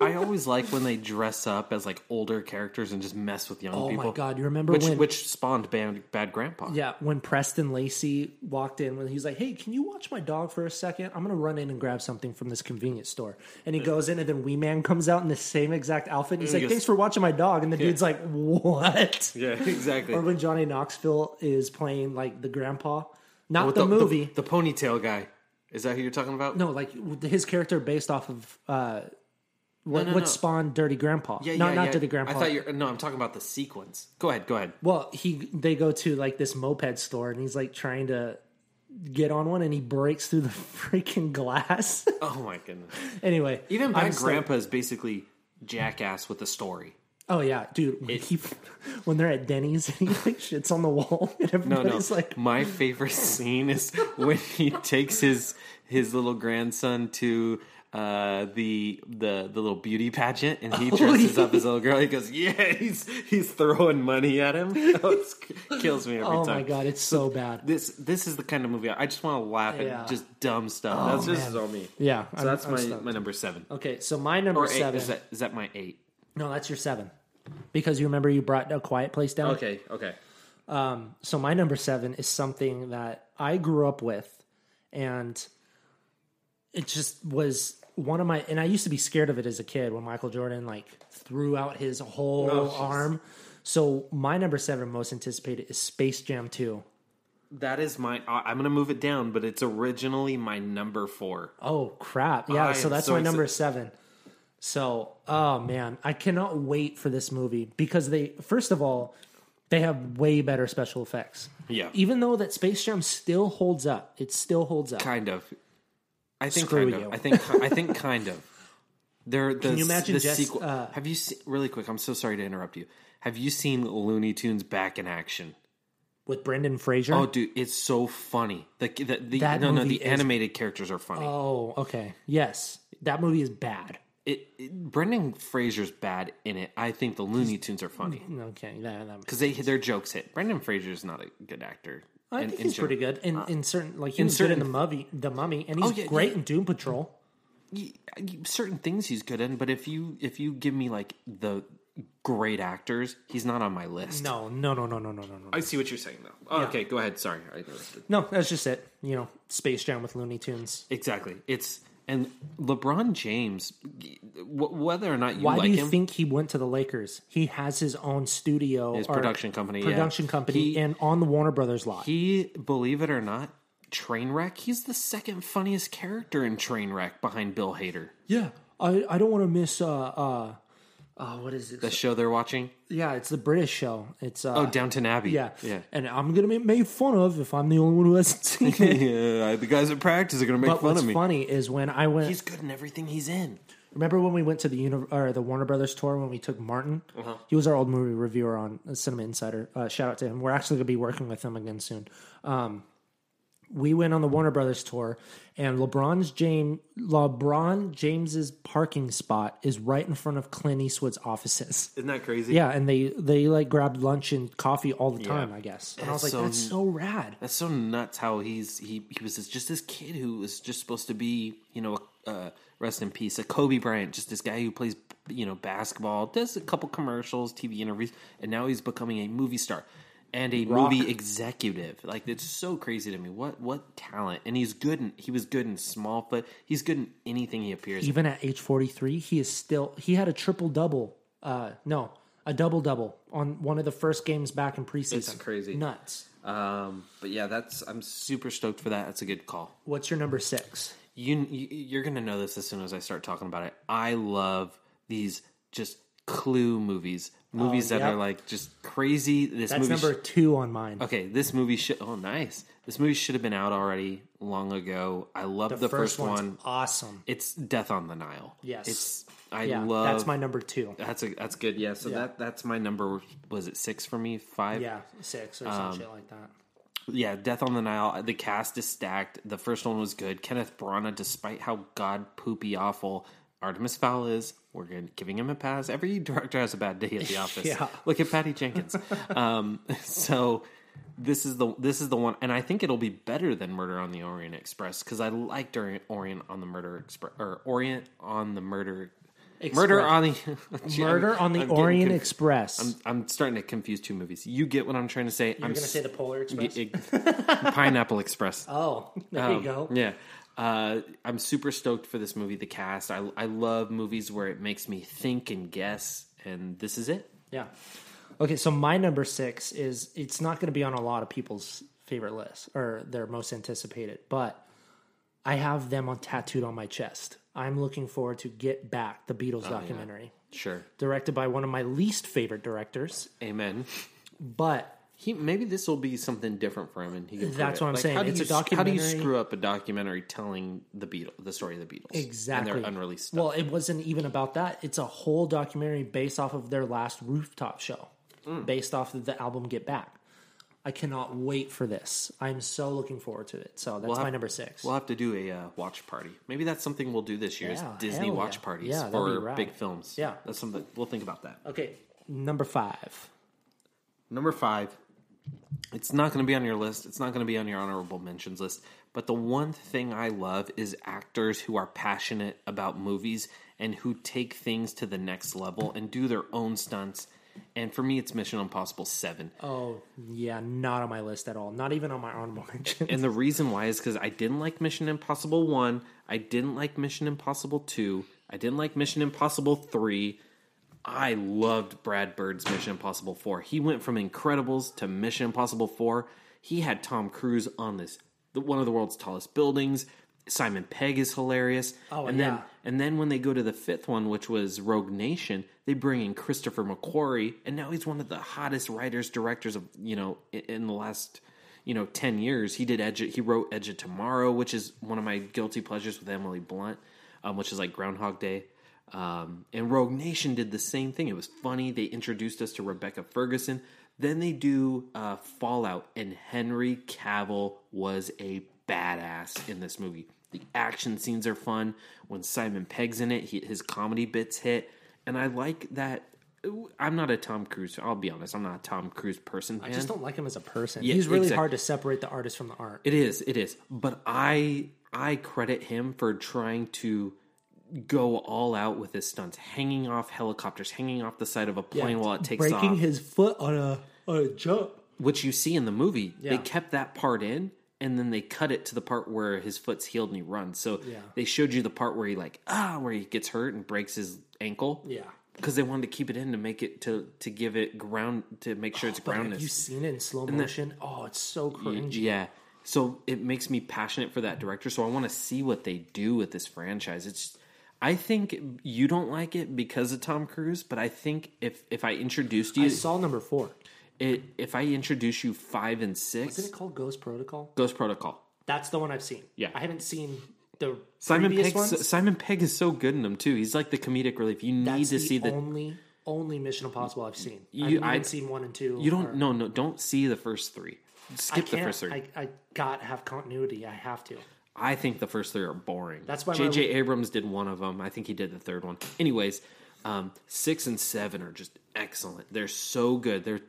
Speaker 2: I always like when they dress up as like older characters and just mess with young
Speaker 3: oh
Speaker 2: people.
Speaker 3: my god! You remember
Speaker 2: Which
Speaker 3: when?
Speaker 2: which spawned bad, bad grandpa.
Speaker 3: yeah, when Preston Lacey walked in, when he's like, "Hey, can you watch my dog for a second? I'm gonna run in and grab something from this convenience store." And he goes in, and then Wee Man comes out in the same exact outfit. And he's
Speaker 2: And
Speaker 3: like,
Speaker 2: he goes-
Speaker 3: "Thanks for watching my dog," and the dude's like, "What?"
Speaker 2: Mm, Yeah, exactly.
Speaker 3: Or when Johnny Knoxville is playing like the grandpa, not
Speaker 2: With
Speaker 3: the, movie.
Speaker 2: The, ponytail guy. Is that who you're talking about?
Speaker 3: No, like his character based off of uh, what,
Speaker 2: no, no.
Speaker 3: what spawned Dirty Grandpa.
Speaker 2: Yeah,
Speaker 3: not
Speaker 2: yeah,
Speaker 3: not
Speaker 2: yeah.
Speaker 3: Dirty Grandpa.
Speaker 2: I thought you're no, I'm talking about the sequence. Go ahead, go ahead.
Speaker 3: well, he they go to like this moped store and he's like trying to get on one and he breaks through the freaking glass.
Speaker 2: Oh my goodness.
Speaker 3: anyway,
Speaker 2: Even
Speaker 3: I'm
Speaker 2: bad
Speaker 3: still-
Speaker 2: grandpa is basically jackass with a story.
Speaker 3: oh yeah, dude. When, he, when they're at Denny's and he like shits on the wall and
Speaker 2: No, no.
Speaker 3: everybody's like,
Speaker 2: My favorite scene is when he takes his his little grandson to uh the the the little beauty pageant and
Speaker 3: Oh,
Speaker 2: he dresses up as a little girl he goes yeah he's he's throwing money at him oh, it's, kills me every
Speaker 3: "Oh
Speaker 2: time
Speaker 3: my god, it's so bad."
Speaker 2: this this is the kind of movie i, I just want to laugh
Speaker 3: Yeah. Oh,
Speaker 2: at just dumb stuff that's just
Speaker 3: man.
Speaker 2: all me
Speaker 3: Yeah,
Speaker 2: so that's my my number seven
Speaker 3: Okay, so my number
Speaker 2: or eight
Speaker 3: seven.
Speaker 2: is that is that my eight
Speaker 3: no, that's your seven, because you remember you brought a Quiet Place down.
Speaker 2: okay okay
Speaker 3: so my number seven is something that I grew up with, and it just was one of my. And I used to be scared of it as a kid when Michael Jordan like threw out his whole
Speaker 2: Oh,
Speaker 3: arm. So my number seven most anticipated is Space Jam Two.
Speaker 2: that is my I- i'm gonna move it down but it's originally my number four
Speaker 3: Oh crap! Yeah,
Speaker 2: I
Speaker 3: so
Speaker 2: am
Speaker 3: that's
Speaker 2: so
Speaker 3: my
Speaker 2: exci-
Speaker 3: number seven. So, oh man, I cannot wait for this movie because they, first of all, they have way better special effects.
Speaker 2: Yeah.
Speaker 3: Even though that Space Jam still holds up, it still holds up.
Speaker 2: Kind of. I think
Speaker 3: Screw
Speaker 2: kind of.
Speaker 3: you.
Speaker 2: I think I think kind of. There, the, Can
Speaker 3: you imagine
Speaker 2: the
Speaker 3: Jess,
Speaker 2: sequel?
Speaker 3: uh,
Speaker 2: have you seen, really quick? I'm so sorry to interrupt you. Have you seen Looney Tunes back in action?
Speaker 3: With Brendan Fraser.
Speaker 2: Oh, dude, it's so funny. The the, the
Speaker 3: That
Speaker 2: no no
Speaker 3: movie
Speaker 2: the
Speaker 3: is-
Speaker 2: animated characters are funny.
Speaker 3: Oh, okay. Yes. That movie is bad.
Speaker 2: it, it Brendan Fraser's bad in it. I think the Looney Tunes are funny
Speaker 3: Okay. That, that
Speaker 2: because they their jokes hit. Brendan Fraser's not a good actor.
Speaker 3: I
Speaker 2: in-
Speaker 3: think
Speaker 2: in
Speaker 3: he's
Speaker 2: general. uh,
Speaker 3: pretty good in, in certain like he
Speaker 2: in
Speaker 3: was good in
Speaker 2: certain- Oh,
Speaker 3: the mummy, the mummy, and he's
Speaker 2: yeah,
Speaker 3: great
Speaker 2: yeah.
Speaker 3: in Doom Patrol.
Speaker 2: y- y- certain things he's good in, but if you if you give me like the great actors, he's not on my list.
Speaker 3: No, no, no, no, no, no, no, no.
Speaker 2: I see what you're saying though. Oh, Okay, go ahead. Sorry, I interrupted.
Speaker 3: No, that's just it. You know, Space Jam with Looney Tunes.
Speaker 2: Exactly. It's and LeBron James, wh- whether or not you
Speaker 3: Why
Speaker 2: like
Speaker 3: do you
Speaker 2: him,
Speaker 3: think he went to the Lakers? He has his own studio,
Speaker 2: His
Speaker 3: or
Speaker 2: production company, yeah.
Speaker 3: production company,
Speaker 2: He-
Speaker 3: and on the Warner Brothers lot.
Speaker 2: he believe it or not, Trainwreck. He's the second funniest character in Trainwreck behind Bill Hader.
Speaker 3: yeah, I, I don't want to miss. Uh, uh, uh, what is it?
Speaker 2: The show they're watching.
Speaker 3: yeah, it's the British show. It's uh,
Speaker 2: Oh, Downton Abbey.
Speaker 3: yeah,
Speaker 2: yeah.
Speaker 3: And I'm gonna be made fun of if I'm the only one who hasn't seen it.
Speaker 2: yeah, the guys at practice are gonna make
Speaker 3: But what's funny is when I went.
Speaker 2: He's good in everything he's in.
Speaker 3: Remember when we went to the uni- or the Warner Brothers tour when we took Martin?
Speaker 2: Uh-huh.
Speaker 3: He was our old movie reviewer on Cinema Insider. Uh, shout out to him. We're actually going to be working with him again soon. Um, we went on the Warner Brothers tour, and LeBron's James LeBron James's parking spot is right in front of Clint Eastwood's offices.
Speaker 2: Isn't that crazy?
Speaker 3: Yeah, and they they like grabbed lunch and coffee all the time,
Speaker 2: Yeah.
Speaker 3: I guess. And I was
Speaker 2: That's
Speaker 3: like,
Speaker 2: so-
Speaker 3: that's so rad.
Speaker 2: That's so nuts how he's he he was this- just this kid who was just supposed to be you know uh, rest in peace a Kobe Bryant just this guy who plays you know basketball does a couple commercials TV interviews and now he's becoming a movie star and a movie executive like it's so crazy to me what what talent and he's good in he was good in Smallfoot he's good in anything he appears in.
Speaker 3: even at age 43 he is still he had a triple double uh no a double double on one of the first games back in preseason
Speaker 2: It's crazy.
Speaker 3: nuts
Speaker 2: um but yeah that's I'm super stoked for that that's a good call
Speaker 3: what's your number six
Speaker 2: you, you you're gonna know this as soon as I start talking about it. I love these just clue movies, movies that
Speaker 3: yeah.
Speaker 2: are like just crazy. This
Speaker 3: Oh, that's
Speaker 2: movie,
Speaker 3: number
Speaker 2: sh-
Speaker 3: two on mine
Speaker 2: okay, this movie should. Oh, nice. This movie should have been out already long ago. I love the, first,
Speaker 3: one's
Speaker 2: one.
Speaker 3: awesome
Speaker 2: It's Death on the Nile.
Speaker 3: Yes.
Speaker 2: it's I
Speaker 3: yeah
Speaker 2: love.
Speaker 3: that's my number two
Speaker 2: That's a that's good. Yeah, so that that's my number. Was it six for me? Five.
Speaker 3: yeah six or some
Speaker 2: Um,
Speaker 3: shit like that
Speaker 2: yeah, Death on the Nile. uh, The cast is stacked. The first one was good. Kenneth Branagh, despite how god poopy awful Artemis Fowl is, we're gonna- giving him a pass. Every director has a bad day at the office.
Speaker 3: Yeah.
Speaker 2: Look at Patty Jenkins. um, so this is the this is the one, and I think it'll be better than Murder on the Orient Express because I liked Orient, Orient on the Murder Express or Orient on the Murder. Murder on the
Speaker 3: murder on the
Speaker 2: I'm getting
Speaker 3: orient
Speaker 2: conf-
Speaker 3: express
Speaker 2: I'm, I'm starting to confuse two movies. You get what I'm trying to say.
Speaker 3: you're
Speaker 2: I'm
Speaker 3: gonna say the polar express
Speaker 2: Ye- eg- Pineapple Express.
Speaker 3: oh there you
Speaker 2: Um,
Speaker 3: go
Speaker 2: Yeah. Uh, I'm super stoked for this movie, The Cast. I, I love movies where it makes me think and guess, and this is it.
Speaker 3: Yeah. Okay, so my number six is it's not going to be on a lot of people's favorite list or their most anticipated, but I have them on tattooed on my chest. I'm looking forward to Get Back, the Beatles
Speaker 2: Oh,
Speaker 3: documentary,
Speaker 2: Sure.
Speaker 3: directed by one of my least favorite directors,
Speaker 2: Amen.
Speaker 3: but
Speaker 2: He Maybe this will be something different for him, and he can. prove
Speaker 3: That's
Speaker 2: it.
Speaker 3: what I'm saying.
Speaker 2: How do,
Speaker 3: It's
Speaker 2: you,
Speaker 3: a
Speaker 2: s- how do you
Speaker 3: documentary.
Speaker 2: screw up a documentary telling the Beatles, the story of the Beatles,
Speaker 3: exactly
Speaker 2: and their unreleased stuff?
Speaker 3: Well, it wasn't even about that. It's a whole documentary based off of their last rooftop show,
Speaker 2: Mm.
Speaker 3: based off of the album Get Back. I cannot wait for this. I'm so looking forward to it. So that's my
Speaker 2: have-
Speaker 3: number six.
Speaker 2: We'll have to do a uh, watch party. Maybe that's something we'll do this year:
Speaker 3: Yeah,
Speaker 2: is Disney
Speaker 3: hell
Speaker 2: watch
Speaker 3: yeah.
Speaker 2: parties
Speaker 3: Yeah, that'd be
Speaker 2: for
Speaker 3: rad.
Speaker 2: big films.
Speaker 3: Yeah.
Speaker 2: that's something we'll think about that.
Speaker 3: Okay, number five.
Speaker 2: Number five. It's not going to be on your list. It's not going to be on your honorable mentions list. But the one thing I love is actors who are passionate about movies and who take things to the next level and do their own stunts. And for me, it's Mission Impossible 7.
Speaker 3: Oh, yeah, not on my list at all. Not even on my honorable mention.
Speaker 2: And the reason why is because I didn't like Mission Impossible 1. I didn't like Mission Impossible 2. I didn't like Mission Impossible 3. I loved Brad Bird's Mission Impossible 4. He went from Incredibles to Mission Impossible 4. He had Tom Cruise on this, the, one of the world's tallest buildings. Simon Pegg is hilarious.
Speaker 3: Oh,
Speaker 2: and then
Speaker 3: yeah.
Speaker 2: and then when they go to the fifth one, which was Rogue Nation, they bring in Christopher McQuarrie, and now he's one of the hottest writers directors of you know in, in the last you know ten years. He did Edge. of- He wrote Edge of Tomorrow, which is one of my guilty pleasures with Emily Blunt, um, which is like Groundhog Day. Um, and Rogue Nation did the same thing. It was funny. They introduced us to Rebecca Ferguson. Then they do uh, Fallout, and Henry Cavill was a badass in this movie. The action scenes are fun. When Simon Pegg's in it, he, his comedy bits hit, and I like that. I'm not a Tom Cruise. I'll be honest. I'm not a Tom Cruise person.
Speaker 3: I
Speaker 2: fan.
Speaker 3: just don't like him as a person.
Speaker 2: Yeah,
Speaker 3: He's really
Speaker 2: exact-
Speaker 3: hard to separate the artist from the art.
Speaker 2: It is, it is. But I I credit him for trying to go all out with his stunts, hanging off helicopters, hanging off the side of a plane while it takes
Speaker 3: breaking
Speaker 2: off,
Speaker 3: his foot on a on a jump.
Speaker 2: which you see in the movie. They
Speaker 3: Yeah.
Speaker 2: kept that part in and then they cut it to the part where his foot's healed and he runs. So they showed you the part where he like ah where he gets hurt and breaks his ankle.
Speaker 3: Yeah.
Speaker 2: Because they wanted to keep it in to make it to to give it ground to make sure it's
Speaker 3: Oh, But
Speaker 2: groundness.
Speaker 3: have you seen it in slow motion? oh, it's so cringy.
Speaker 2: Yeah. So it makes me passionate for that director. So I want to see what they do with this franchise. It's I think you don't like it because of Tom Cruise, but I think if if I introduced you
Speaker 3: I saw number four.
Speaker 2: it, if I introduce you 5 and 6
Speaker 3: Isn't it called Ghost Protocol?
Speaker 2: Ghost Protocol.
Speaker 3: That's the one I've seen.
Speaker 2: Yeah.
Speaker 3: I haven't seen the
Speaker 2: Simon
Speaker 3: previous
Speaker 2: Pegg
Speaker 3: ones.
Speaker 2: Simon Pegg is so good in them too. He's like the comedic relief. You need
Speaker 3: That's
Speaker 2: to
Speaker 3: the
Speaker 2: see the
Speaker 3: only only Mission Impossible I've seen.
Speaker 2: You-
Speaker 3: I haven't
Speaker 2: I-
Speaker 3: even seen one and two.
Speaker 2: You don't
Speaker 3: or-
Speaker 2: no no don't see the first 3.
Speaker 3: I
Speaker 2: Skip the first
Speaker 3: can't.
Speaker 2: 3.
Speaker 3: I, I got to have continuity. I have to.
Speaker 2: I think the first three are boring.
Speaker 3: That's why my-
Speaker 2: J.J. Abrams did one of them. I think he did the third one. Anyways, um, six and seven are just excellent. They're so good. They're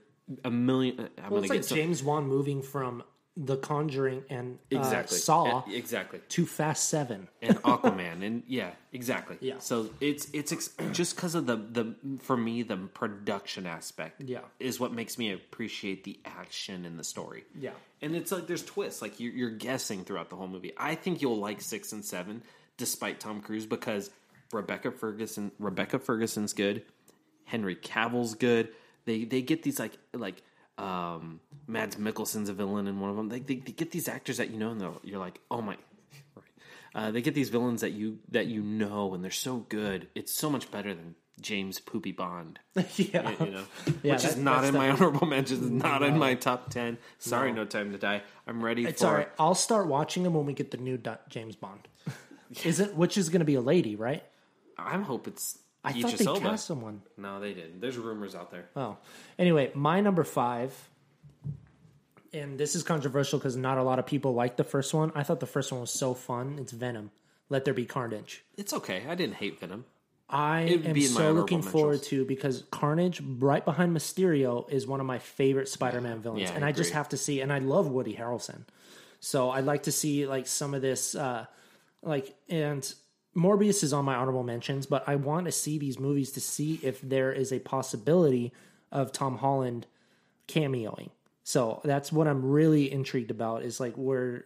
Speaker 2: a million. uh, I'm
Speaker 3: Well,
Speaker 2: gonna
Speaker 3: it's
Speaker 2: get
Speaker 3: like
Speaker 2: some-
Speaker 3: James Wan moving from The Conjuring and uh,
Speaker 2: exactly
Speaker 3: Saw
Speaker 2: E- exactly
Speaker 3: to Fast Seven.
Speaker 2: and Aquaman and yeah exactly
Speaker 3: Yeah.
Speaker 2: So it's it's ex- just because of the the for me the production aspect
Speaker 3: Yeah.
Speaker 2: is what makes me appreciate the action and the story
Speaker 3: Yeah.
Speaker 2: and it's like there's twists like you're, you're guessing throughout the whole movie i think you'll like six and seven despite tom cruise because rebecca ferguson rebecca ferguson's good henry cavill's good they they get these like like um mads mikkelsen's a villain in one of them they, they, they get these actors that you know and they'll- you're like oh my right uh, they get these villains that you that you know and they're so good it's so much better than james poopy bond
Speaker 3: yeah.
Speaker 2: you know,
Speaker 3: Yeah,
Speaker 2: which is
Speaker 3: that-
Speaker 2: not
Speaker 3: that's
Speaker 2: in my honorable mentions, it's not in my top ten. Sorry, no, time to die. I'm ready
Speaker 3: It's
Speaker 2: for
Speaker 3: all right. I'll start watching them when we get the new Du- James Bond. is it which is going to be a lady, right?
Speaker 2: I hope it's
Speaker 3: I
Speaker 2: Idris
Speaker 3: thought they
Speaker 2: Elba.
Speaker 3: cast someone.
Speaker 2: No, they didn't. There's rumors out there.
Speaker 3: Oh, anyway, my number five, and this is controversial because not a lot of people like the first one. I thought the first one was so fun. It's Venom. Let there be carnage.
Speaker 2: It's okay. I didn't hate Venom.
Speaker 3: I
Speaker 2: It'd
Speaker 3: am
Speaker 2: be in my
Speaker 3: so
Speaker 2: honorable
Speaker 3: looking forward
Speaker 2: mentions.
Speaker 3: to because Carnage, right behind Mysterio, is one of my favorite Spider-Man villains,
Speaker 2: yeah, I
Speaker 3: and I just
Speaker 2: agree.
Speaker 3: have to see. And I love Woody Harrelson, so I'd like to see like some of this, uh like and. Morbius is on my honorable mentions, but I want to see these movies to see if there is a possibility of Tom Holland cameoing. So that's what I'm really intrigued about. Is like where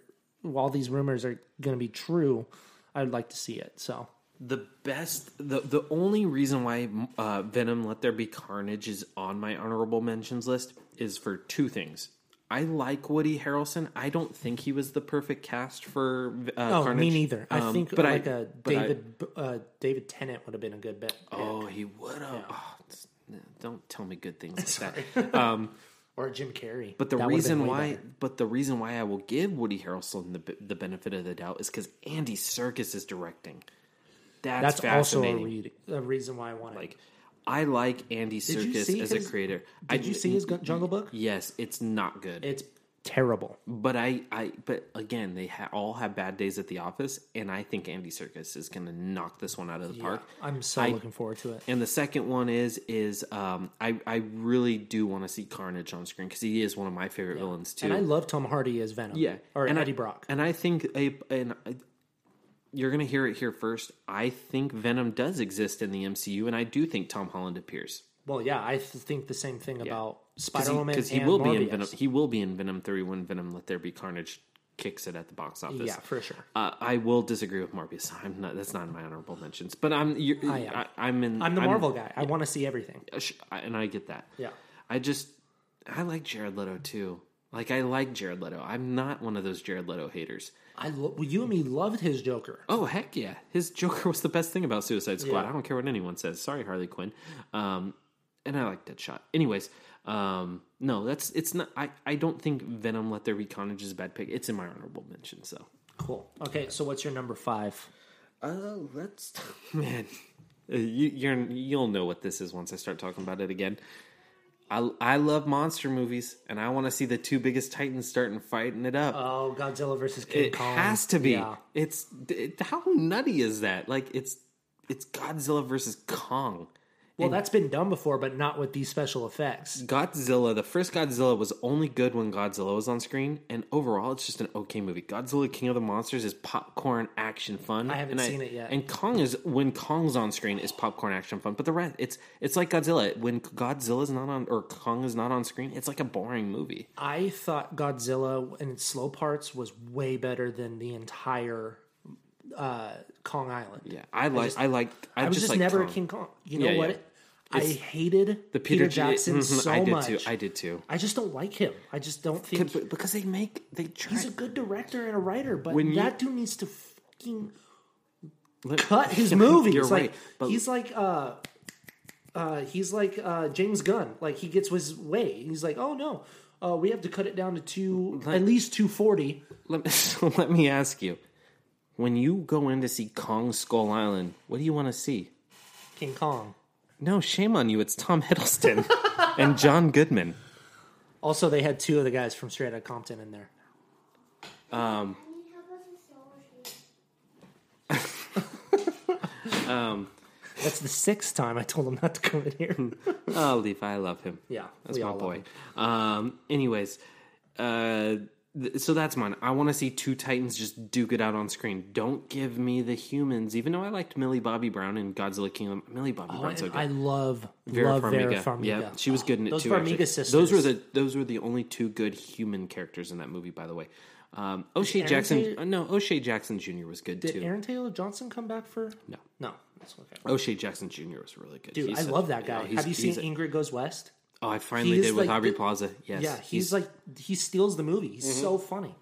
Speaker 3: all these rumors are going to be true. I'd like to see it. So
Speaker 2: The best, the the only reason why uh, Venom Let There Be Carnage is on my honorable mentions list is for two things. I like Woody Harrelson. I don't think he was the perfect cast for uh,
Speaker 3: Oh,
Speaker 2: Carnage.
Speaker 3: me neither. I
Speaker 2: Um,
Speaker 3: think
Speaker 2: but I-
Speaker 3: like a
Speaker 2: but I-
Speaker 3: David uh, David Tennant would have been a good bet,
Speaker 2: Oh, he would have. Oh, it's- no, don't tell me good things like that. Um,
Speaker 3: or Jim Carrey.
Speaker 2: but the
Speaker 3: That would've
Speaker 2: reason
Speaker 3: been way
Speaker 2: why,
Speaker 3: better.
Speaker 2: but the reason why I will give Woody Harrelson the b- the benefit of the doubt is because Andy Serkis is directing. That's,
Speaker 3: that's also a,
Speaker 2: fascinating.
Speaker 3: re- a reason why I wanted.
Speaker 2: like, I like Andy
Speaker 3: you
Speaker 2: Serkis
Speaker 3: see
Speaker 2: as a
Speaker 3: his-
Speaker 2: creator. I,
Speaker 3: did you see his Gu- Jungle Book?
Speaker 2: Yes, it's not good.
Speaker 3: It's terrible.
Speaker 2: but I, I, but again, they ha- all have bad days at the office, and I think Andy Serkis is going to knock this one out of the park.
Speaker 3: I'm so looking forward to it.
Speaker 2: And the second one is is um, I I really do want to see Carnage on screen because he is one of my favorite villains too.
Speaker 3: And I love Tom Hardy as Venom.
Speaker 2: yeah,
Speaker 3: or
Speaker 2: and
Speaker 3: Eddie
Speaker 2: I,
Speaker 3: Brock.
Speaker 2: And I think a and I, you're gonna hear it here first. I think Venom does exist in the MCU, and I do think Tom Holland appears
Speaker 3: well, yeah, I th- think the same thing about
Speaker 2: because
Speaker 3: Spider Man.
Speaker 2: he, will be in Venom. He will be in Venom three when Venom Let There Be Carnage kicks it at the box office.
Speaker 3: Yeah, for sure.
Speaker 2: Uh, I will disagree with Morbius. I'm not. That's not in my honorable mentions. But I'm. You're, I
Speaker 3: am.
Speaker 2: I, I'm in.
Speaker 3: I'm the Marvel guy. I want to see everything.
Speaker 2: Sh- I- and I get that.
Speaker 3: Yeah.
Speaker 2: I just I like Jared Leto too. Like I like Jared Leto. I'm not one of those Jared Leto haters.
Speaker 3: I lo- well, you and me loved his Joker.
Speaker 2: Oh heck yeah! His Joker was the best thing about Suicide Squad.
Speaker 3: Yeah.
Speaker 2: I don't care what anyone says. Sorry, Harley Quinn. Um, and I like that shot. Anyways, um, no, that's it's not. I I don't think Venom: Let There Be Carnage is a bad pick. It's in my honorable mention. So
Speaker 3: Cool. Okay, so what's your number five?
Speaker 2: Oh, that's man. Uh, You, you're you'll know what this is once I start talking about it again. I I love monster movies, and I want to see the two biggest titans starting fighting it up.
Speaker 3: Oh, Godzilla versus King
Speaker 2: it
Speaker 3: Kong.
Speaker 2: has to be.
Speaker 3: Yeah.
Speaker 2: It's it, how nutty is that? Like it's it's Godzilla versus Kong.
Speaker 3: Well, that's been done before, but not with these special effects.
Speaker 2: Godzilla, the first Godzilla was only good when Godzilla was on screen, and overall, it's just an okay movie. Godzilla King of the Monsters is popcorn action fun.
Speaker 3: I haven't
Speaker 2: and
Speaker 3: seen it yet.
Speaker 2: And Kong is when Kong's on screen is popcorn action fun. But the rest, it's it's like Godzilla when Godzilla's not on or Kong is not on screen, it's like a boring movie.
Speaker 3: I thought Godzilla in its slow parts was way better than the entire uh, Kong Island.
Speaker 2: Yeah, I like I, like I,
Speaker 3: I was
Speaker 2: just,
Speaker 3: just,
Speaker 2: like
Speaker 3: never
Speaker 2: Kong.
Speaker 3: a King Kong. You know
Speaker 2: Yeah,
Speaker 3: what?
Speaker 2: yeah.
Speaker 3: I hated
Speaker 2: the
Speaker 3: Peter,
Speaker 2: Peter, J-
Speaker 3: Jackson
Speaker 2: Mhm,
Speaker 3: so
Speaker 2: I did
Speaker 3: much.
Speaker 2: too. I did too.
Speaker 3: I just don't like him. I just don't think
Speaker 2: Could- Because they make they try.
Speaker 3: he's a good director and a writer, but
Speaker 2: When you-
Speaker 3: that dude needs to fucking
Speaker 2: Let-
Speaker 3: cut his movies.
Speaker 2: You're
Speaker 3: like,
Speaker 2: right, but-
Speaker 3: he's like uh, uh, he's like uh, James Gunn. Like he gets his way. He's like, oh no, uh, we have to cut it down to two, at least two forty.
Speaker 2: let me, so let me ask you when you go in to see kong skull island what do you want to see
Speaker 3: King Kong.
Speaker 2: no shame on you it's tom hiddleston and john goodman
Speaker 3: Also, they had two of the guys from Straight Outta Compton in there.
Speaker 4: I need help with a solar sheet.
Speaker 3: That's the sixth time I told him not to come in here.
Speaker 2: oh levi i love him
Speaker 3: Yeah,
Speaker 2: that's
Speaker 3: we
Speaker 2: my
Speaker 3: all love
Speaker 2: boy um anyways uh th- so that's mine. I want to see two Titans just duke it out on screen. Don't give me the humans, even though I liked Millie Bobby Brown in Godzilla Kingdom. Millie Bobby Brown's so
Speaker 3: And
Speaker 2: good.
Speaker 3: I love
Speaker 2: Vera
Speaker 3: love
Speaker 2: Farmiga.
Speaker 3: Vera Farmiga.
Speaker 2: Yeah, she was good in it
Speaker 3: Those
Speaker 2: too.
Speaker 3: Farmiga
Speaker 2: actually.
Speaker 3: sisters.
Speaker 2: Those were the those were the only two good human characters in that movie. By the way, um, O'Shea
Speaker 3: Aaron
Speaker 2: Jackson.
Speaker 3: Taylor-
Speaker 2: uh, no, O'Shea Jackson Jr. was good
Speaker 3: Did
Speaker 2: too.
Speaker 3: Aaron Taylor Johnson come back for?
Speaker 2: No.
Speaker 3: no, that's okay.
Speaker 2: O'Shea Jackson Jr. was really good.
Speaker 3: Dude,
Speaker 2: He's
Speaker 3: I
Speaker 2: a-
Speaker 3: love that guy.
Speaker 2: yeah, he's-
Speaker 3: Have you seen
Speaker 2: he's a-
Speaker 3: Ingrid Goes West?
Speaker 2: oh, I finally
Speaker 3: He is
Speaker 2: did with
Speaker 3: like
Speaker 2: Aubrey
Speaker 3: the-
Speaker 2: Plaza. Yes, Mm-hmm.
Speaker 3: yeah, he's, like he steals the movie. He's so funny.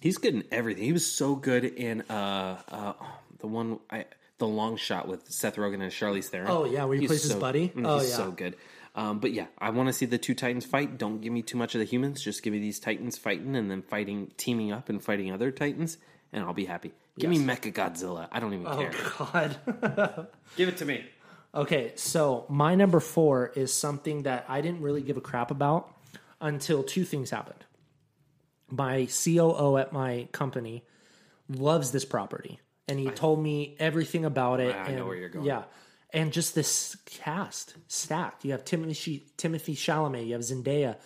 Speaker 2: he's good in everything. He was so good in uh, uh, the one I the long shot with Seth Rogen and Charlize Theron.
Speaker 3: Oh, yeah, where he
Speaker 2: He's
Speaker 3: plays his buddy?
Speaker 2: mm,
Speaker 3: Oh,
Speaker 2: he's
Speaker 3: yeah.
Speaker 2: so good. Um, but yeah, I want to see the two titans fight. Don't give me too much of the humans. Just give me these titans fighting and then fighting, teaming up and fighting other titans, and I'll be happy. Give me Mecha Godzilla. I don't even
Speaker 3: Oh.
Speaker 2: care.
Speaker 3: God.
Speaker 2: Give it to me.
Speaker 3: okay, so my number four is something that I didn't really give a crap about until two things happened. My COO at my company loves this property, and he told me everything about it.
Speaker 2: I know
Speaker 3: and-
Speaker 2: where you're going.
Speaker 3: Yeah, and just this cast stacked. You have Timothy Timothy Chalamet. You have Zendaya.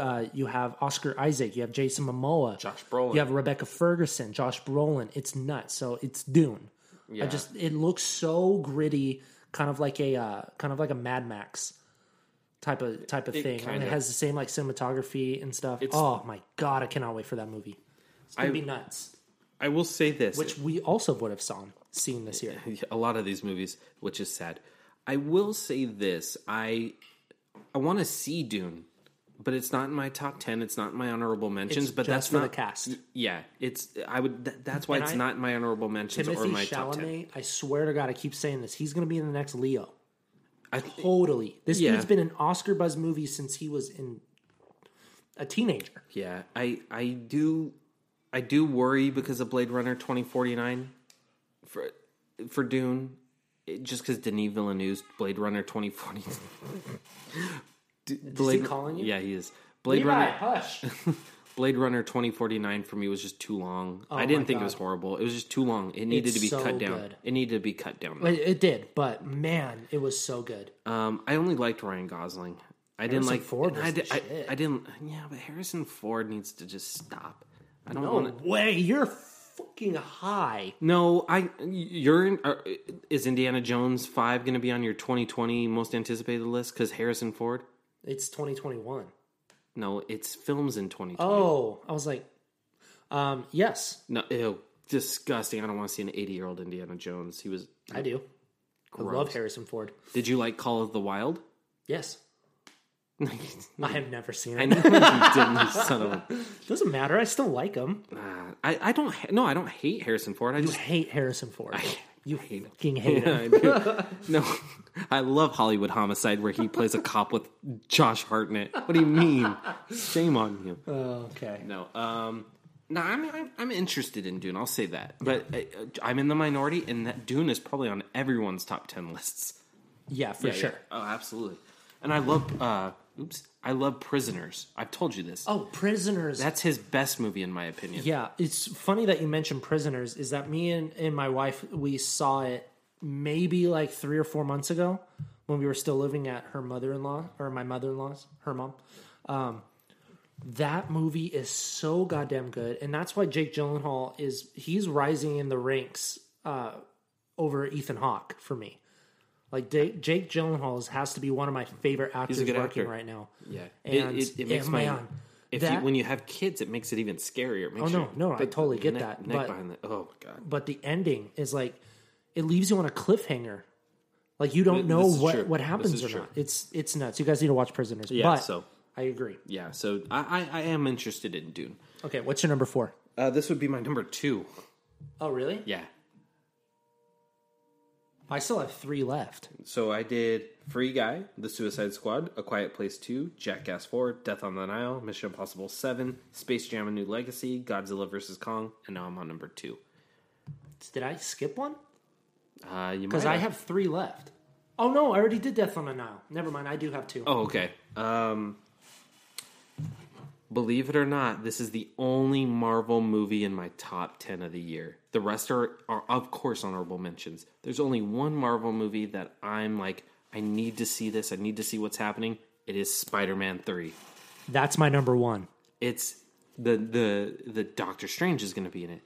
Speaker 3: Uh, you have Oscar Isaac. You have Jason Momoa.
Speaker 2: Josh Brolin.
Speaker 3: You have Rebecca Ferguson. Josh Brolin. It's nuts. So it's Dune. I just it looks so gritty, kind of like a uh, kind of like a Mad Max type of type of thing, and
Speaker 2: kinda-
Speaker 3: it has the same like cinematography and stuff. oh my god, I cannot wait for that movie. It's gonna
Speaker 2: I-
Speaker 3: be nuts.
Speaker 2: I will say this.
Speaker 3: Which we also would have saw, seen this year.
Speaker 2: a lot of these movies, which is sad. I will say this: I I want to see Dune, but it's not in my top ten. It's not in my honorable mentions.
Speaker 3: It's
Speaker 2: but
Speaker 3: just
Speaker 2: that's
Speaker 3: for the
Speaker 2: not
Speaker 3: cast.
Speaker 2: Y- Yeah, it's I would. Th- that's why
Speaker 3: And
Speaker 2: it's
Speaker 3: I-
Speaker 2: not in my honorable mentions or
Speaker 3: Timothy
Speaker 2: my top ten.
Speaker 3: Chalamet, I swear to God, I keep saying this. He's gonna be in the next Leo.
Speaker 2: I,
Speaker 3: Totally. This
Speaker 2: Yeah.
Speaker 3: dude's been in Oscar buzz movies since he was in a teenager.
Speaker 2: yeah, I I do I do worry because of Blade Runner twenty forty nine for for Dune. It, just because Denis Villeneuve's Blade Runner twenty forty. Blade
Speaker 3: calling you?
Speaker 2: Yeah, he is. Blade
Speaker 3: Levi,
Speaker 2: Runner.
Speaker 3: hush.
Speaker 2: Blade Runner 2049 for me was just too long. I didn't
Speaker 3: Oh my
Speaker 2: think it was
Speaker 3: God.
Speaker 2: horrible. It was just too long. It needed
Speaker 3: It's
Speaker 2: to be
Speaker 3: so
Speaker 2: cut down.
Speaker 3: good.
Speaker 2: It needed to be cut down.
Speaker 3: It- it did, but man, it was so good.
Speaker 2: Um, I only liked Ryan Gosling. I didn't
Speaker 3: Harrison
Speaker 2: like
Speaker 3: Ford
Speaker 2: and I,
Speaker 3: was
Speaker 2: di-
Speaker 3: the
Speaker 2: I,
Speaker 3: shit.
Speaker 2: I didn't. Yeah, but Harrison Ford needs to just stop. I don't
Speaker 3: No
Speaker 2: want to.
Speaker 3: way, you're fucking high.
Speaker 2: No, I. You're in. Are, is Indiana Jones five going to be on your 2020 most anticipated list? Because Harrison Ford.
Speaker 3: It's 2021.
Speaker 2: No, it's films in 2020.
Speaker 3: Oh, I was like, um, yes,
Speaker 2: No, ew, disgusting. I don't want to see an 80 year old Indiana Jones. He was.
Speaker 3: I do. I love Harrison Ford.
Speaker 2: Did you like Call of the Wild?
Speaker 3: Yes, I have never seen
Speaker 2: Hmm. I
Speaker 3: it.
Speaker 2: know you didn't, you son of a.
Speaker 3: Doesn't matter. I still like him.
Speaker 2: Ah, I, I don't. ha- No, I don't hate Harrison Ford. I
Speaker 3: You
Speaker 2: just
Speaker 3: hate Harrison Ford. you
Speaker 2: hate him.
Speaker 3: fucking hate him.
Speaker 2: I do. No, I love Hollywood Homicide where he plays a cop with Josh Hartnett. What do you mean? Shame on you.
Speaker 3: Oh, Okay.
Speaker 2: No. Um, no, I'm, I'm I'm interested in Dune. I'll say that, but I, I'm in the minority, and that Dune is probably on everyone's top ten lists.
Speaker 3: Yeah, for
Speaker 2: Yeah, yeah.
Speaker 3: sure.
Speaker 2: Oh, absolutely. And I love. Uh, oops. I love Prisoners. I've told you this.
Speaker 3: Oh, Prisoners.
Speaker 2: That's his best movie, in my opinion.
Speaker 3: Yeah, it's funny that you mentioned Prisoners. Is that me and, and my wife we saw it maybe like three or four months ago when we were still living at her mother in law or my mother in law's, her mom. Um, that movie is so goddamn good, and that's why Jake Gyllenhaal is he's rising in the ranks uh, over Ethan Hawke for me. Like Da- Jake Gyllenhaal is- has to be one of my favorite actors
Speaker 2: good
Speaker 3: working
Speaker 2: actor.
Speaker 3: right now.
Speaker 2: Yeah.
Speaker 3: and
Speaker 2: it, it, it makes
Speaker 3: yeah,
Speaker 2: my.
Speaker 3: man,
Speaker 2: If you,
Speaker 3: that- Oh,
Speaker 2: when you have kids, it makes it even scarier. It makes
Speaker 3: no,
Speaker 2: your-
Speaker 3: no, I
Speaker 2: but
Speaker 3: totally get
Speaker 2: neck-
Speaker 3: that,
Speaker 2: Neck
Speaker 3: but-
Speaker 2: behind the, oh my god.
Speaker 3: but the ending is like it leaves you on a cliffhanger. Like you don't know
Speaker 2: This is
Speaker 3: what
Speaker 2: true.
Speaker 3: what
Speaker 2: This
Speaker 3: happens
Speaker 2: is
Speaker 3: or
Speaker 2: true.
Speaker 3: not. It's it's nuts. You guys need to watch Prisoners.
Speaker 2: Yeah,
Speaker 3: but
Speaker 2: so-
Speaker 3: I agree.
Speaker 2: Yeah. So I, I, I am interested in Dune.
Speaker 3: Okay, what's your number four?
Speaker 2: Uh, this would be my number two.
Speaker 3: Oh, really?
Speaker 2: Yeah.
Speaker 3: I still have three left.
Speaker 2: So I did Free Guy, The Suicide Squad, A Quiet Place 2, Jackass 4, Death on the Nile, Mission Impossible 7, Space Jam A New Legacy, Godzilla vs. Kong, and now I'm on number two.
Speaker 3: Did I skip one?
Speaker 2: Uh, you
Speaker 3: Because
Speaker 2: might
Speaker 3: I have three left. Oh no, I already did Death on the Nile. Never mind. I do have two.
Speaker 2: Oh, okay. Um, believe it or not, this is the only Marvel movie in my top 10 of the year. The rest are, are, of course, honorable mentions. There's only one Marvel movie that I'm like, I need to see this. I need to see what's happening. It is Spider Man 3.
Speaker 3: That's my number one.
Speaker 2: It's the the the Doctor Strange is going to be in it.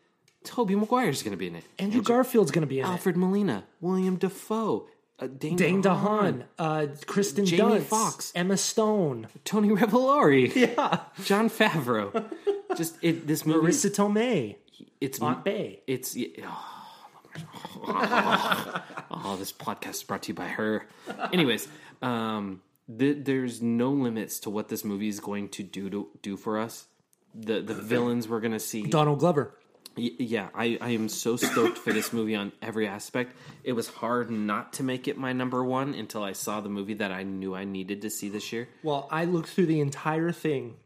Speaker 2: Toby Maguire is going to be in it.
Speaker 3: Andrew Garfield's gonna be in it.
Speaker 2: Alfred Molina, William Defoe, uh, Dane,
Speaker 3: Dane
Speaker 2: DeHaan,
Speaker 3: DeHaan, uh, Kristen
Speaker 2: Jamie
Speaker 3: Dunst,
Speaker 2: Foxx.
Speaker 3: Emma Stone,
Speaker 2: Tony Revolori, yeah, John Favreau. Just it, this movie,
Speaker 3: Marissa Tomei,
Speaker 2: it's
Speaker 3: Aunt Bay.
Speaker 2: it's. Oh, oh, oh, this podcast is brought to you by her. Anyways, um, th- there's no limits to what this movie is going to do to do for us. The the villains we're gonna see.
Speaker 3: Donald Glover.
Speaker 2: Y- Yeah, I, I am so stoked for this movie on every aspect. It was hard not to make it my number one until I saw the movie that I knew I needed to see this year.
Speaker 3: Well, I looked through the entire thing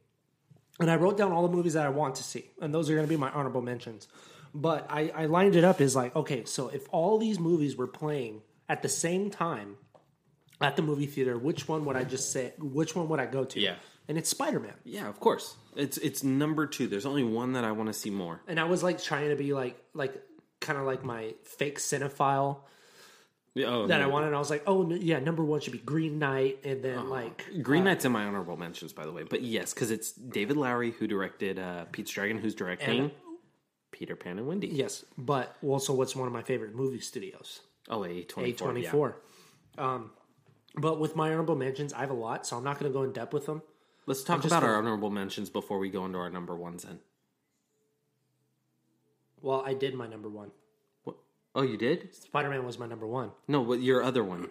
Speaker 3: and I wrote down all the movies that I want to see. And those are going to be my honorable mentions. But I, I lined it up as like, okay, so if all these movies were playing at the same time at the movie theater, which one would I just say, which one would I go to?
Speaker 2: Yeah.
Speaker 3: And it's Spider Man.
Speaker 2: Yeah, of course. It's it's number two. There's only one that I want to see more.
Speaker 3: And I was like trying to be like, like, kind of like my fake cinephile
Speaker 2: Yeah, Oh,
Speaker 3: that I
Speaker 2: no.
Speaker 3: wanted. I was like, oh, n- yeah, number one should be Green Knight. And then like,
Speaker 2: Green Knight's in my honorable mentions, by the way. But yes, because it's David Lowry who directed uh, Pete's Dragon, who's directing
Speaker 3: And-
Speaker 2: Peter Pan and Wendy.
Speaker 3: yes, but also what's one of my favorite movie studios?
Speaker 2: Oh, a twenty
Speaker 3: A
Speaker 2: four.
Speaker 3: twenty four. Um, but with my honorable mentions, I have a lot, so I'm not going to go in depth with them.
Speaker 2: Let's talk
Speaker 3: just
Speaker 2: about our
Speaker 3: gonna-
Speaker 2: honorable mentions before we go into our number ones. Then.
Speaker 3: Well, I did my number one.
Speaker 2: What? Oh, you did?
Speaker 3: Spider Man was my number one.
Speaker 2: No, what your other one?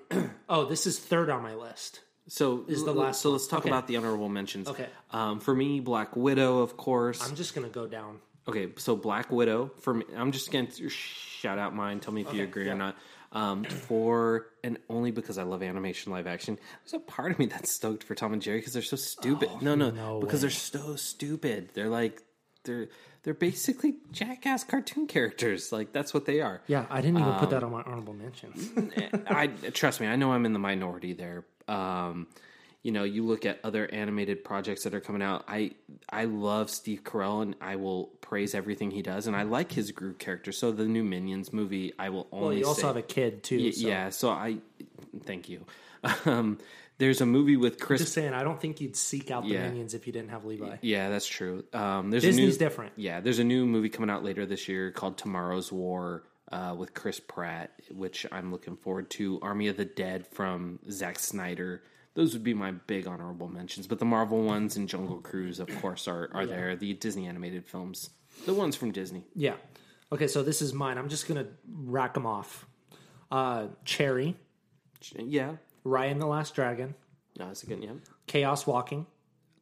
Speaker 3: Oh, this is third on my list.
Speaker 2: So
Speaker 3: Is the
Speaker 2: l-
Speaker 3: last
Speaker 2: So
Speaker 3: one.
Speaker 2: let's talk
Speaker 3: Okay.
Speaker 2: about the honorable mentions.
Speaker 3: Okay.
Speaker 2: Um, for me, Black Widow, of course.
Speaker 3: I'm just going to go down.
Speaker 2: okay, so Black Widow. For me, I'm just going to shout out mine. Tell me if you agree or not. Um, for and only because I love animation live action. There's a part of me that's stoked for Tom and Jerry because they're so stupid. no, no,
Speaker 3: Oh, no
Speaker 2: because
Speaker 3: way.
Speaker 2: they're so stupid. They're like they're they're basically jackass cartoon characters. Like that's what they are.
Speaker 3: Yeah, I didn't even put that on my honorable mentions.
Speaker 2: I trust me. I know I'm in the minority there. Um, you know, you look at other animated projects that are coming out. I I love Steve Carell, and I will praise everything he does, and I like his Groot character. So the new Minions movie, I will only.
Speaker 3: well, you also
Speaker 2: say-
Speaker 3: have a kid too.
Speaker 2: Y-
Speaker 3: so.
Speaker 2: yeah. So I thank you. Um, there's a movie with Chris.
Speaker 3: Just saying, I don't think you'd seek out the
Speaker 2: Yeah.
Speaker 3: minions if you didn't have Levi.
Speaker 2: yeah, that's true. Um, there's a new,
Speaker 3: Disney's different.
Speaker 2: Yeah, there's a new movie coming out later this year called Tomorrow's War uh, with Chris Pratt, which I'm looking forward to. Army of the Dead from Zack Snyder. Those would be my big honorable mentions. But the Marvel ones and Jungle Cruise, of course, are, are there. The Disney animated films, the ones from Disney.
Speaker 3: Yeah. Okay, so this is mine. I'm just going to rack them off. Uh, Cherry,
Speaker 2: Yeah,
Speaker 3: Ryan the Last Dragon,
Speaker 2: no, that's a good. Yeah,
Speaker 3: Chaos Walking.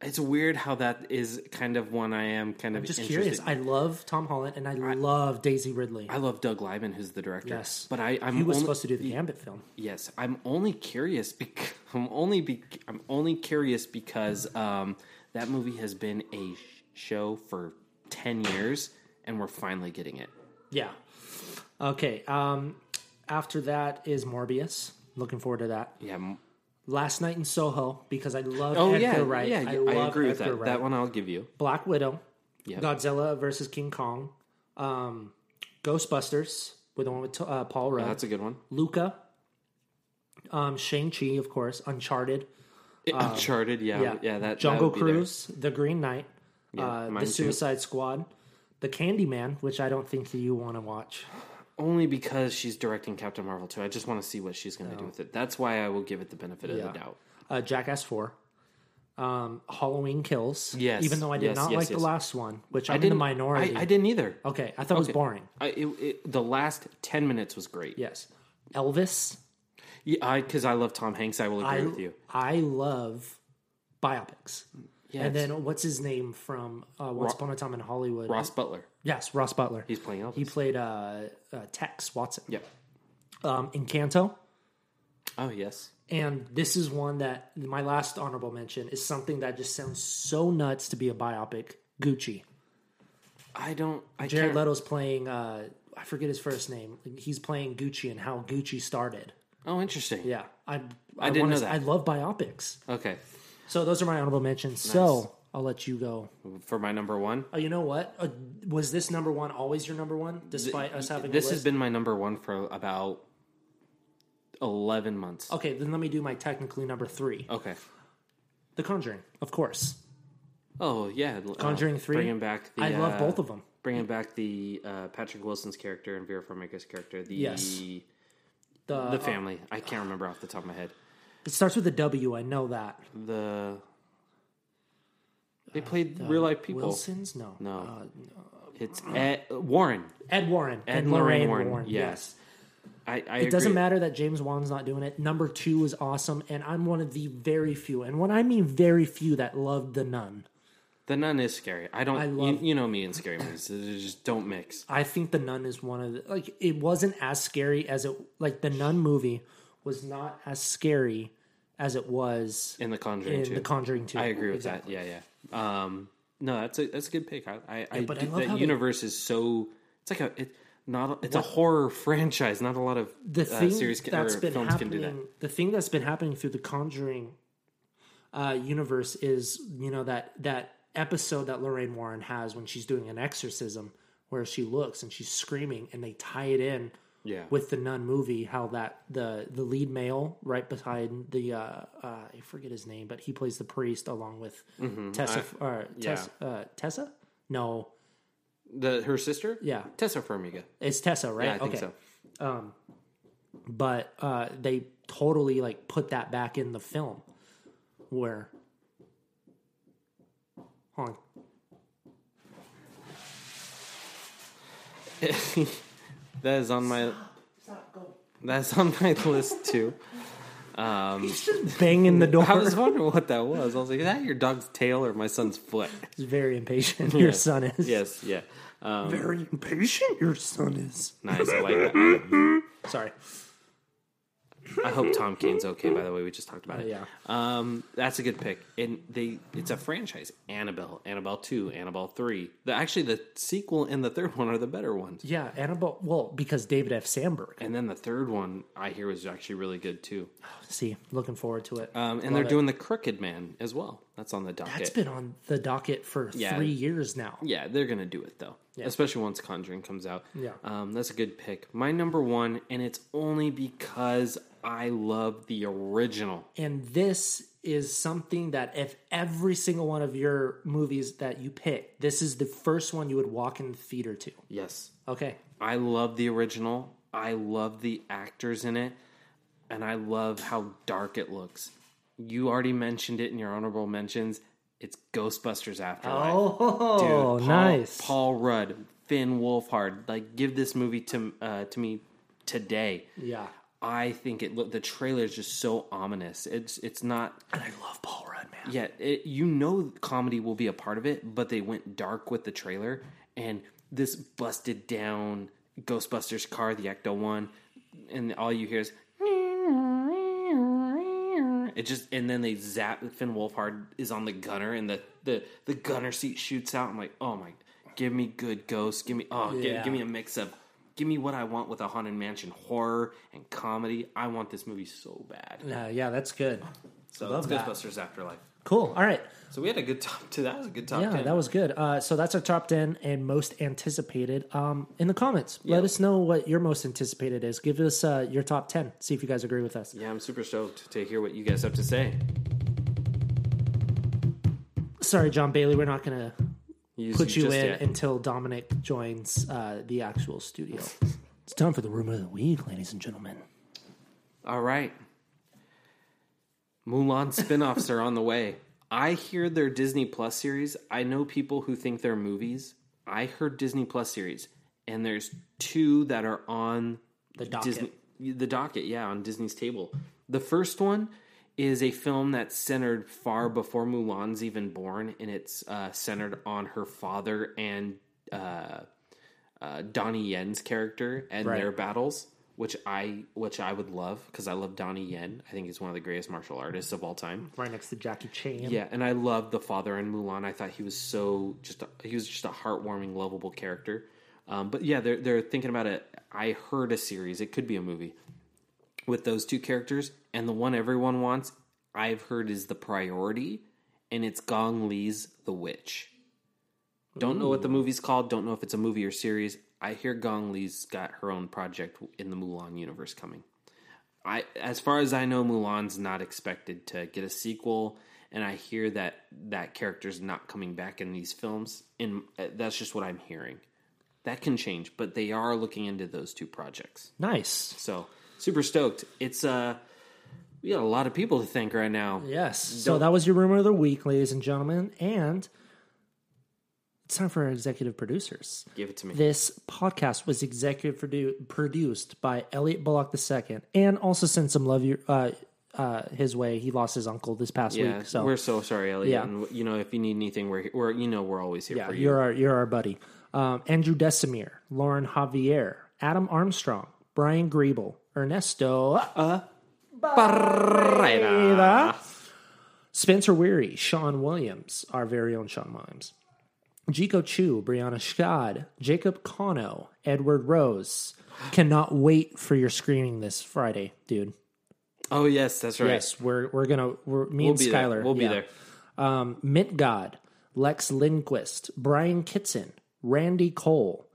Speaker 2: It's weird how that is kind of one I am kind of
Speaker 3: I'm just
Speaker 2: interested.
Speaker 3: curious. I love Tom Holland and I, love Daisy Ridley.
Speaker 2: I love Doug Lyman, who's the director.
Speaker 3: Yes.
Speaker 2: but I, I'm
Speaker 3: he was
Speaker 2: only-
Speaker 3: supposed to do the Gambit film.
Speaker 2: Yes, I'm only curious because I'm only be- I'm only curious because um, that movie has been a sh- show for ten years, and we're finally getting it.
Speaker 3: Yeah. Okay. Um, after that is Morbius. Looking forward to that.
Speaker 2: Yeah. m-
Speaker 3: Last Night in Soho because I love
Speaker 2: Oh
Speaker 3: Edgar
Speaker 2: yeah,
Speaker 3: Wright.
Speaker 2: yeah. yeah, I,
Speaker 3: love
Speaker 2: agree with
Speaker 3: Edgar
Speaker 2: that.
Speaker 3: Wright.
Speaker 2: That one I'll give you.
Speaker 3: Black Widow,
Speaker 2: Yeah.
Speaker 3: Godzilla versus King Kong, um, Ghostbusters with the one with uh, Paul Rudd,
Speaker 2: Oh, That's a good one.
Speaker 3: Luca, um, Shang Chi, of course, Uncharted,
Speaker 2: Uncharted. Yeah. Yeah. that
Speaker 3: Um, Jungle
Speaker 2: that would be there.
Speaker 3: Cruise, The Green Knight, uh,
Speaker 2: mine
Speaker 3: The
Speaker 2: too.
Speaker 3: Suicide Squad, The Candyman, which I don't think that you want to watch.
Speaker 2: Only because she's directing Captain Marvel too. I just want to see what she's going to do with it. That's why I will give it the benefit of the
Speaker 3: Oh. Yeah.
Speaker 2: doubt.
Speaker 3: uh, Jackass Four, um, Halloween Kills.
Speaker 2: Yes,
Speaker 3: Even though I did
Speaker 2: yes,
Speaker 3: not
Speaker 2: yes,
Speaker 3: like
Speaker 2: yes.
Speaker 3: the last one, which
Speaker 2: I
Speaker 3: I'm in the minority.
Speaker 2: I, I didn't either.
Speaker 3: Okay, I thought it was
Speaker 2: Okay.
Speaker 3: boring.
Speaker 2: I, it, it, the last ten minutes was great.
Speaker 3: Yes, Elvis.
Speaker 2: Yeah, I because I love Tom Hanks. I will agree
Speaker 3: I
Speaker 2: with you.
Speaker 3: I love biopics.
Speaker 2: Yeah,
Speaker 3: And then what's his name from uh, Once Upon a Time in Hollywood?
Speaker 2: Ross Butler.
Speaker 3: Yes, Ross Butler.
Speaker 2: He's playing Elvis.
Speaker 3: he played uh, uh, Tex Watson.
Speaker 2: yeah.
Speaker 3: Um, Encanto.
Speaker 2: Oh yes.
Speaker 3: And this is one that my last honorable mention is something that just sounds so nuts to be a biopic. Gucci.
Speaker 2: I don't. I
Speaker 3: Jared
Speaker 2: can't.
Speaker 3: Leto's playing uh I forget his first name. He's playing Gucci and how Gucci started.
Speaker 2: Oh, interesting.
Speaker 3: Yeah. I I,
Speaker 2: didn't
Speaker 3: wanna-
Speaker 2: know that.
Speaker 3: I love biopics.
Speaker 2: Okay.
Speaker 3: So those are my honorable mentions. So I'll let you go.
Speaker 2: For my number one,
Speaker 3: Oh, you know what? Uh, was this number one always your number one, despite us having
Speaker 2: this
Speaker 3: a
Speaker 2: has
Speaker 3: list?
Speaker 2: been my number one for about eleven months.
Speaker 3: okay? Then let me do my technically number three,
Speaker 2: Okay.
Speaker 3: The Conjuring, of course.
Speaker 2: Oh yeah.
Speaker 3: Conjuring
Speaker 2: uh,
Speaker 3: three.
Speaker 2: Bringing back. The,
Speaker 3: I love
Speaker 2: uh,
Speaker 3: both of them.
Speaker 2: Bringing back the uh, Patrick Wilson's character and Vera Farmiga's character. The
Speaker 3: Yes. Uh, The,
Speaker 2: the family. I can't remember off the top of my head.
Speaker 3: it starts with a W. I know that.
Speaker 2: The they
Speaker 3: Uh,
Speaker 2: played real life people.
Speaker 3: Wilsons? No.
Speaker 2: No. It's Ed, Warren.
Speaker 3: Ed Warren
Speaker 2: Ed
Speaker 3: and Lorraine, Warren.
Speaker 2: Yes.
Speaker 3: yes.
Speaker 2: I, I
Speaker 3: It doesn't matter that James Wan's not doing it. Number two is awesome, and I'm one of the very few, and when I mean very few, that loved the nun.
Speaker 2: The nun is scary. I don't.
Speaker 3: I
Speaker 2: you-
Speaker 3: love-
Speaker 2: you, know me and scary movies. They just don't mix.
Speaker 3: I think the nun is one of the like it wasn't as scary as it like the nun movie was not as scary as it was
Speaker 2: In the Conjuring
Speaker 3: in
Speaker 2: too.
Speaker 3: The Conjuring Two.
Speaker 2: I agree with that. Yeah, yeah. Um, no, that's a that's a good pick. I, I, I
Speaker 3: but I
Speaker 2: do-
Speaker 3: love how
Speaker 2: that
Speaker 3: they-
Speaker 2: universe is so. It's like a. It, not a, it's a horror franchise. Not a lot of
Speaker 3: The thing
Speaker 2: uh, series can,
Speaker 3: that's
Speaker 2: or
Speaker 3: been
Speaker 2: films can
Speaker 3: happening.
Speaker 2: do that.
Speaker 3: The thing that's been happening through the Conjuring uh, universe is you know that that episode that Lorraine Warren has when she's doing an exorcism where she looks and she's screaming and they tie it in
Speaker 2: Yeah.
Speaker 3: with the nun movie how that the the lead male right behind the uh, uh I forget his name but he plays the priest along with
Speaker 2: Mm-hmm.
Speaker 3: Tessa or Tessa, uh, Tessa no
Speaker 2: the her sister.
Speaker 3: Yeah.
Speaker 2: Tessa Farmiga.
Speaker 3: it's Tessa right
Speaker 2: Yeah, I think so.
Speaker 3: but uh, they totally like put that back in the film where hold on
Speaker 2: That is on my. That's on my list too.
Speaker 3: bang in the door
Speaker 2: I was wondering what that was. I was like, is that your dog's tail or my son's foot?
Speaker 3: He's very impatient your son is
Speaker 2: Yes, yeah. Um,
Speaker 3: very impatient your son is
Speaker 2: nice. I like that.
Speaker 3: sorry
Speaker 2: I hope Tom Kane's okay. By the way, we just talked about it.
Speaker 3: yeah
Speaker 2: Um, that's a good pick. And they, it's a franchise. Annabelle, Annabelle two, Annabelle three. The, actually, the sequel and the third one are the better ones.
Speaker 3: yeah Annabelle well because David F Sandberg
Speaker 2: And then the third one I hear was actually really good too.
Speaker 3: see looking forward to it
Speaker 2: Um, and they're doing the Crooked Man as well. That's on the docket.
Speaker 3: that's been on the docket for
Speaker 2: Yeah.
Speaker 3: three years now
Speaker 2: Yeah, they're gonna do it though, especially once Conjuring comes out.
Speaker 3: Yeah.
Speaker 2: um, that's a good pick. My number one, and it's only because I love the original.
Speaker 3: and this is something that if every single one of your movies that you pick this is the first one you would walk in the theater to
Speaker 2: Yes,
Speaker 3: okay
Speaker 2: I love the original. I love the actors in it, and I love how dark it looks. You already mentioned it in your honorable mentions. It's Ghostbusters Afterlife. Dude,
Speaker 3: Oh,
Speaker 2: Paul-
Speaker 3: nice.
Speaker 2: Paul Rudd, Finn Wolfhard. Like, give this movie to uh, to me today.
Speaker 3: Yeah.
Speaker 2: I think it look the trailer is just so ominous. It's it's not
Speaker 3: And I love Paul Rudd, man.
Speaker 2: yeah, it, you know comedy will be a part of it, but they went dark with the trailer and this busted down Ghostbusters car, the Ecto one, and all you hear is it just and then they zap Finn Wolfhard is on the gunner and the the the gunner seat shoots out. I'm like, oh my, give me good ghosts, give me oh gi-
Speaker 3: Yeah.
Speaker 2: give me a mix of give me what I want with a haunted mansion horror and comedy. I want this movie so bad.
Speaker 3: Uh, yeah, that's good.
Speaker 2: So
Speaker 3: Love
Speaker 2: it's
Speaker 3: that.
Speaker 2: Ghostbusters Afterlife.
Speaker 3: Cool. All right.
Speaker 2: So we had a good top. To that was a good top.
Speaker 3: Yeah,
Speaker 2: 10.
Speaker 3: that was good. Uh, so that's our top 10 and most anticipated. Um, in the comments, let
Speaker 2: Yeah.
Speaker 3: us know what your most anticipated is. Give us uh, your top 10. See if you guys agree with us.
Speaker 2: Yeah, I'm super stoked to hear what you guys have to say.
Speaker 3: Sorry, John Bailey, we're not going to
Speaker 2: Use
Speaker 3: put you in
Speaker 2: just yet.
Speaker 3: until Dominic joins uh, the actual studio. it's time for the rumor of the week, ladies and gentlemen.
Speaker 2: All right. Mulan spin-offs are on the way. I hear they're Disney Plus series. I know people who think they're movies. I heard Disney Plus series, and there's two that are on
Speaker 3: The docket.
Speaker 2: Disney the docket, yeah, on Disney's table. The first one is a film that's centered far before Mulan's even born, and it's uh, centered on her father and uh, uh, Donnie Yen's character and
Speaker 3: Right.
Speaker 2: their battles, which I which I would love because I love Donnie Yen. I think he's one of the greatest martial artists of all time.
Speaker 3: Right next to Jackie Chan.
Speaker 2: Yeah, and I loved the father in Mulan. I thought he was so just a, he was just a heartwarming, lovable character. Um, but yeah, they're they're thinking about it. I heard a series. It could be a movie with those two characters, and the one everyone wants, I've heard, is the priority, and it's Gong Li's The Witch. Don't know what the movie's called. Don't know if it's a movie or series. I hear Gong Li's got her own project in the Mulan universe coming. I, as far as I know, Mulan's not expected to get a sequel, and I hear that that character's not coming back in these films. And uh, that's just what I'm hearing. That can change, but they are looking into those two projects.
Speaker 3: Nice.
Speaker 2: So super stoked! It's uh, we got a lot of people to thank right now.
Speaker 3: Yes. So that was your rumor of the week, ladies and gentlemen. And it's time for our executive producers.
Speaker 2: Give it to me.
Speaker 3: This podcast was executive produ- produced by Elliot Bullock II and also sent some love your, uh, uh, his way. He lost his uncle this past
Speaker 2: yeah,
Speaker 3: week. So
Speaker 2: we're so sorry, Elliot.
Speaker 3: Yeah.
Speaker 2: And, you know, if you need anything, we're, we're you know we're always here
Speaker 3: yeah,
Speaker 2: for you.
Speaker 3: you're, our, you're our buddy. Um, Andrew Desimir, Lauren Javier, Adam Armstrong, Brian Griebel, Ernesto Barrera.
Speaker 2: Ah.
Speaker 3: Spencer Weary, Sean Williams, our very own Sean Williams, Jiko Chu, Brianna Schad, Jacob Cono, Edward Rose. Cannot wait for your screening this Friday, dude.
Speaker 2: Oh yes, that's right.
Speaker 3: Yes, we're we're gonna we're me
Speaker 2: We'll
Speaker 3: and
Speaker 2: be
Speaker 3: Skylar.
Speaker 2: there. We'll be
Speaker 3: yeah.
Speaker 2: there.
Speaker 3: Um, Mint God, Lex Lindquist, Brian Kitson, Randy Cole,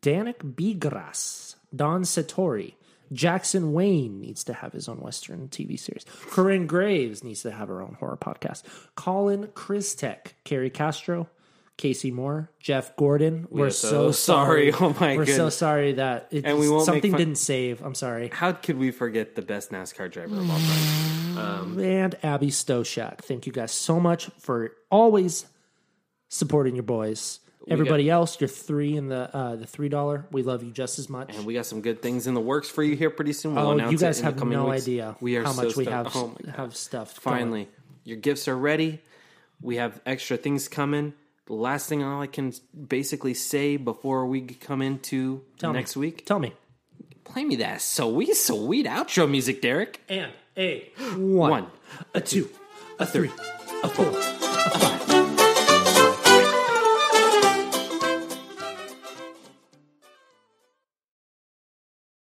Speaker 3: Danik Bigras, Don Satori, Jackson Wayne needs to have his own Western TV series. Corinne Graves needs to have her own horror podcast. Colin Kristek, Carrie Castro, Casey Moore, Jeff Gordon. We're,
Speaker 2: are
Speaker 3: so
Speaker 2: so
Speaker 3: sorry.
Speaker 2: sorry. Oh my
Speaker 3: We're so
Speaker 2: goodness.
Speaker 3: sorry that it
Speaker 2: And we won't make
Speaker 3: something
Speaker 2: fun-
Speaker 3: didn't save. I'm sorry.
Speaker 2: How could we forget the best NASCAR driver of all time?
Speaker 3: and Abby Stoshak. Thank you guys so much for always supporting your boys. Everybody else, you're three in the uh, the three dollar. We love you just as much.
Speaker 2: And we got some good things in the works for you here pretty soon. We'll
Speaker 3: oh,
Speaker 2: announce
Speaker 3: you guys
Speaker 2: it in the
Speaker 3: have
Speaker 2: coming
Speaker 3: no
Speaker 2: weeks.
Speaker 3: idea
Speaker 2: We are
Speaker 3: how
Speaker 2: so
Speaker 3: much we
Speaker 2: stoked.
Speaker 3: have
Speaker 2: Oh my God.
Speaker 3: have stuff. going.
Speaker 2: Finally, your gifts are ready. We have extra things coming. The last thing all I can basically say before we come into
Speaker 3: Tell me.
Speaker 2: next week,
Speaker 3: tell me.
Speaker 2: play me that sweet, sweet outro music, Derek.
Speaker 3: And a one,
Speaker 2: One,
Speaker 3: a two, a three, a four, a five.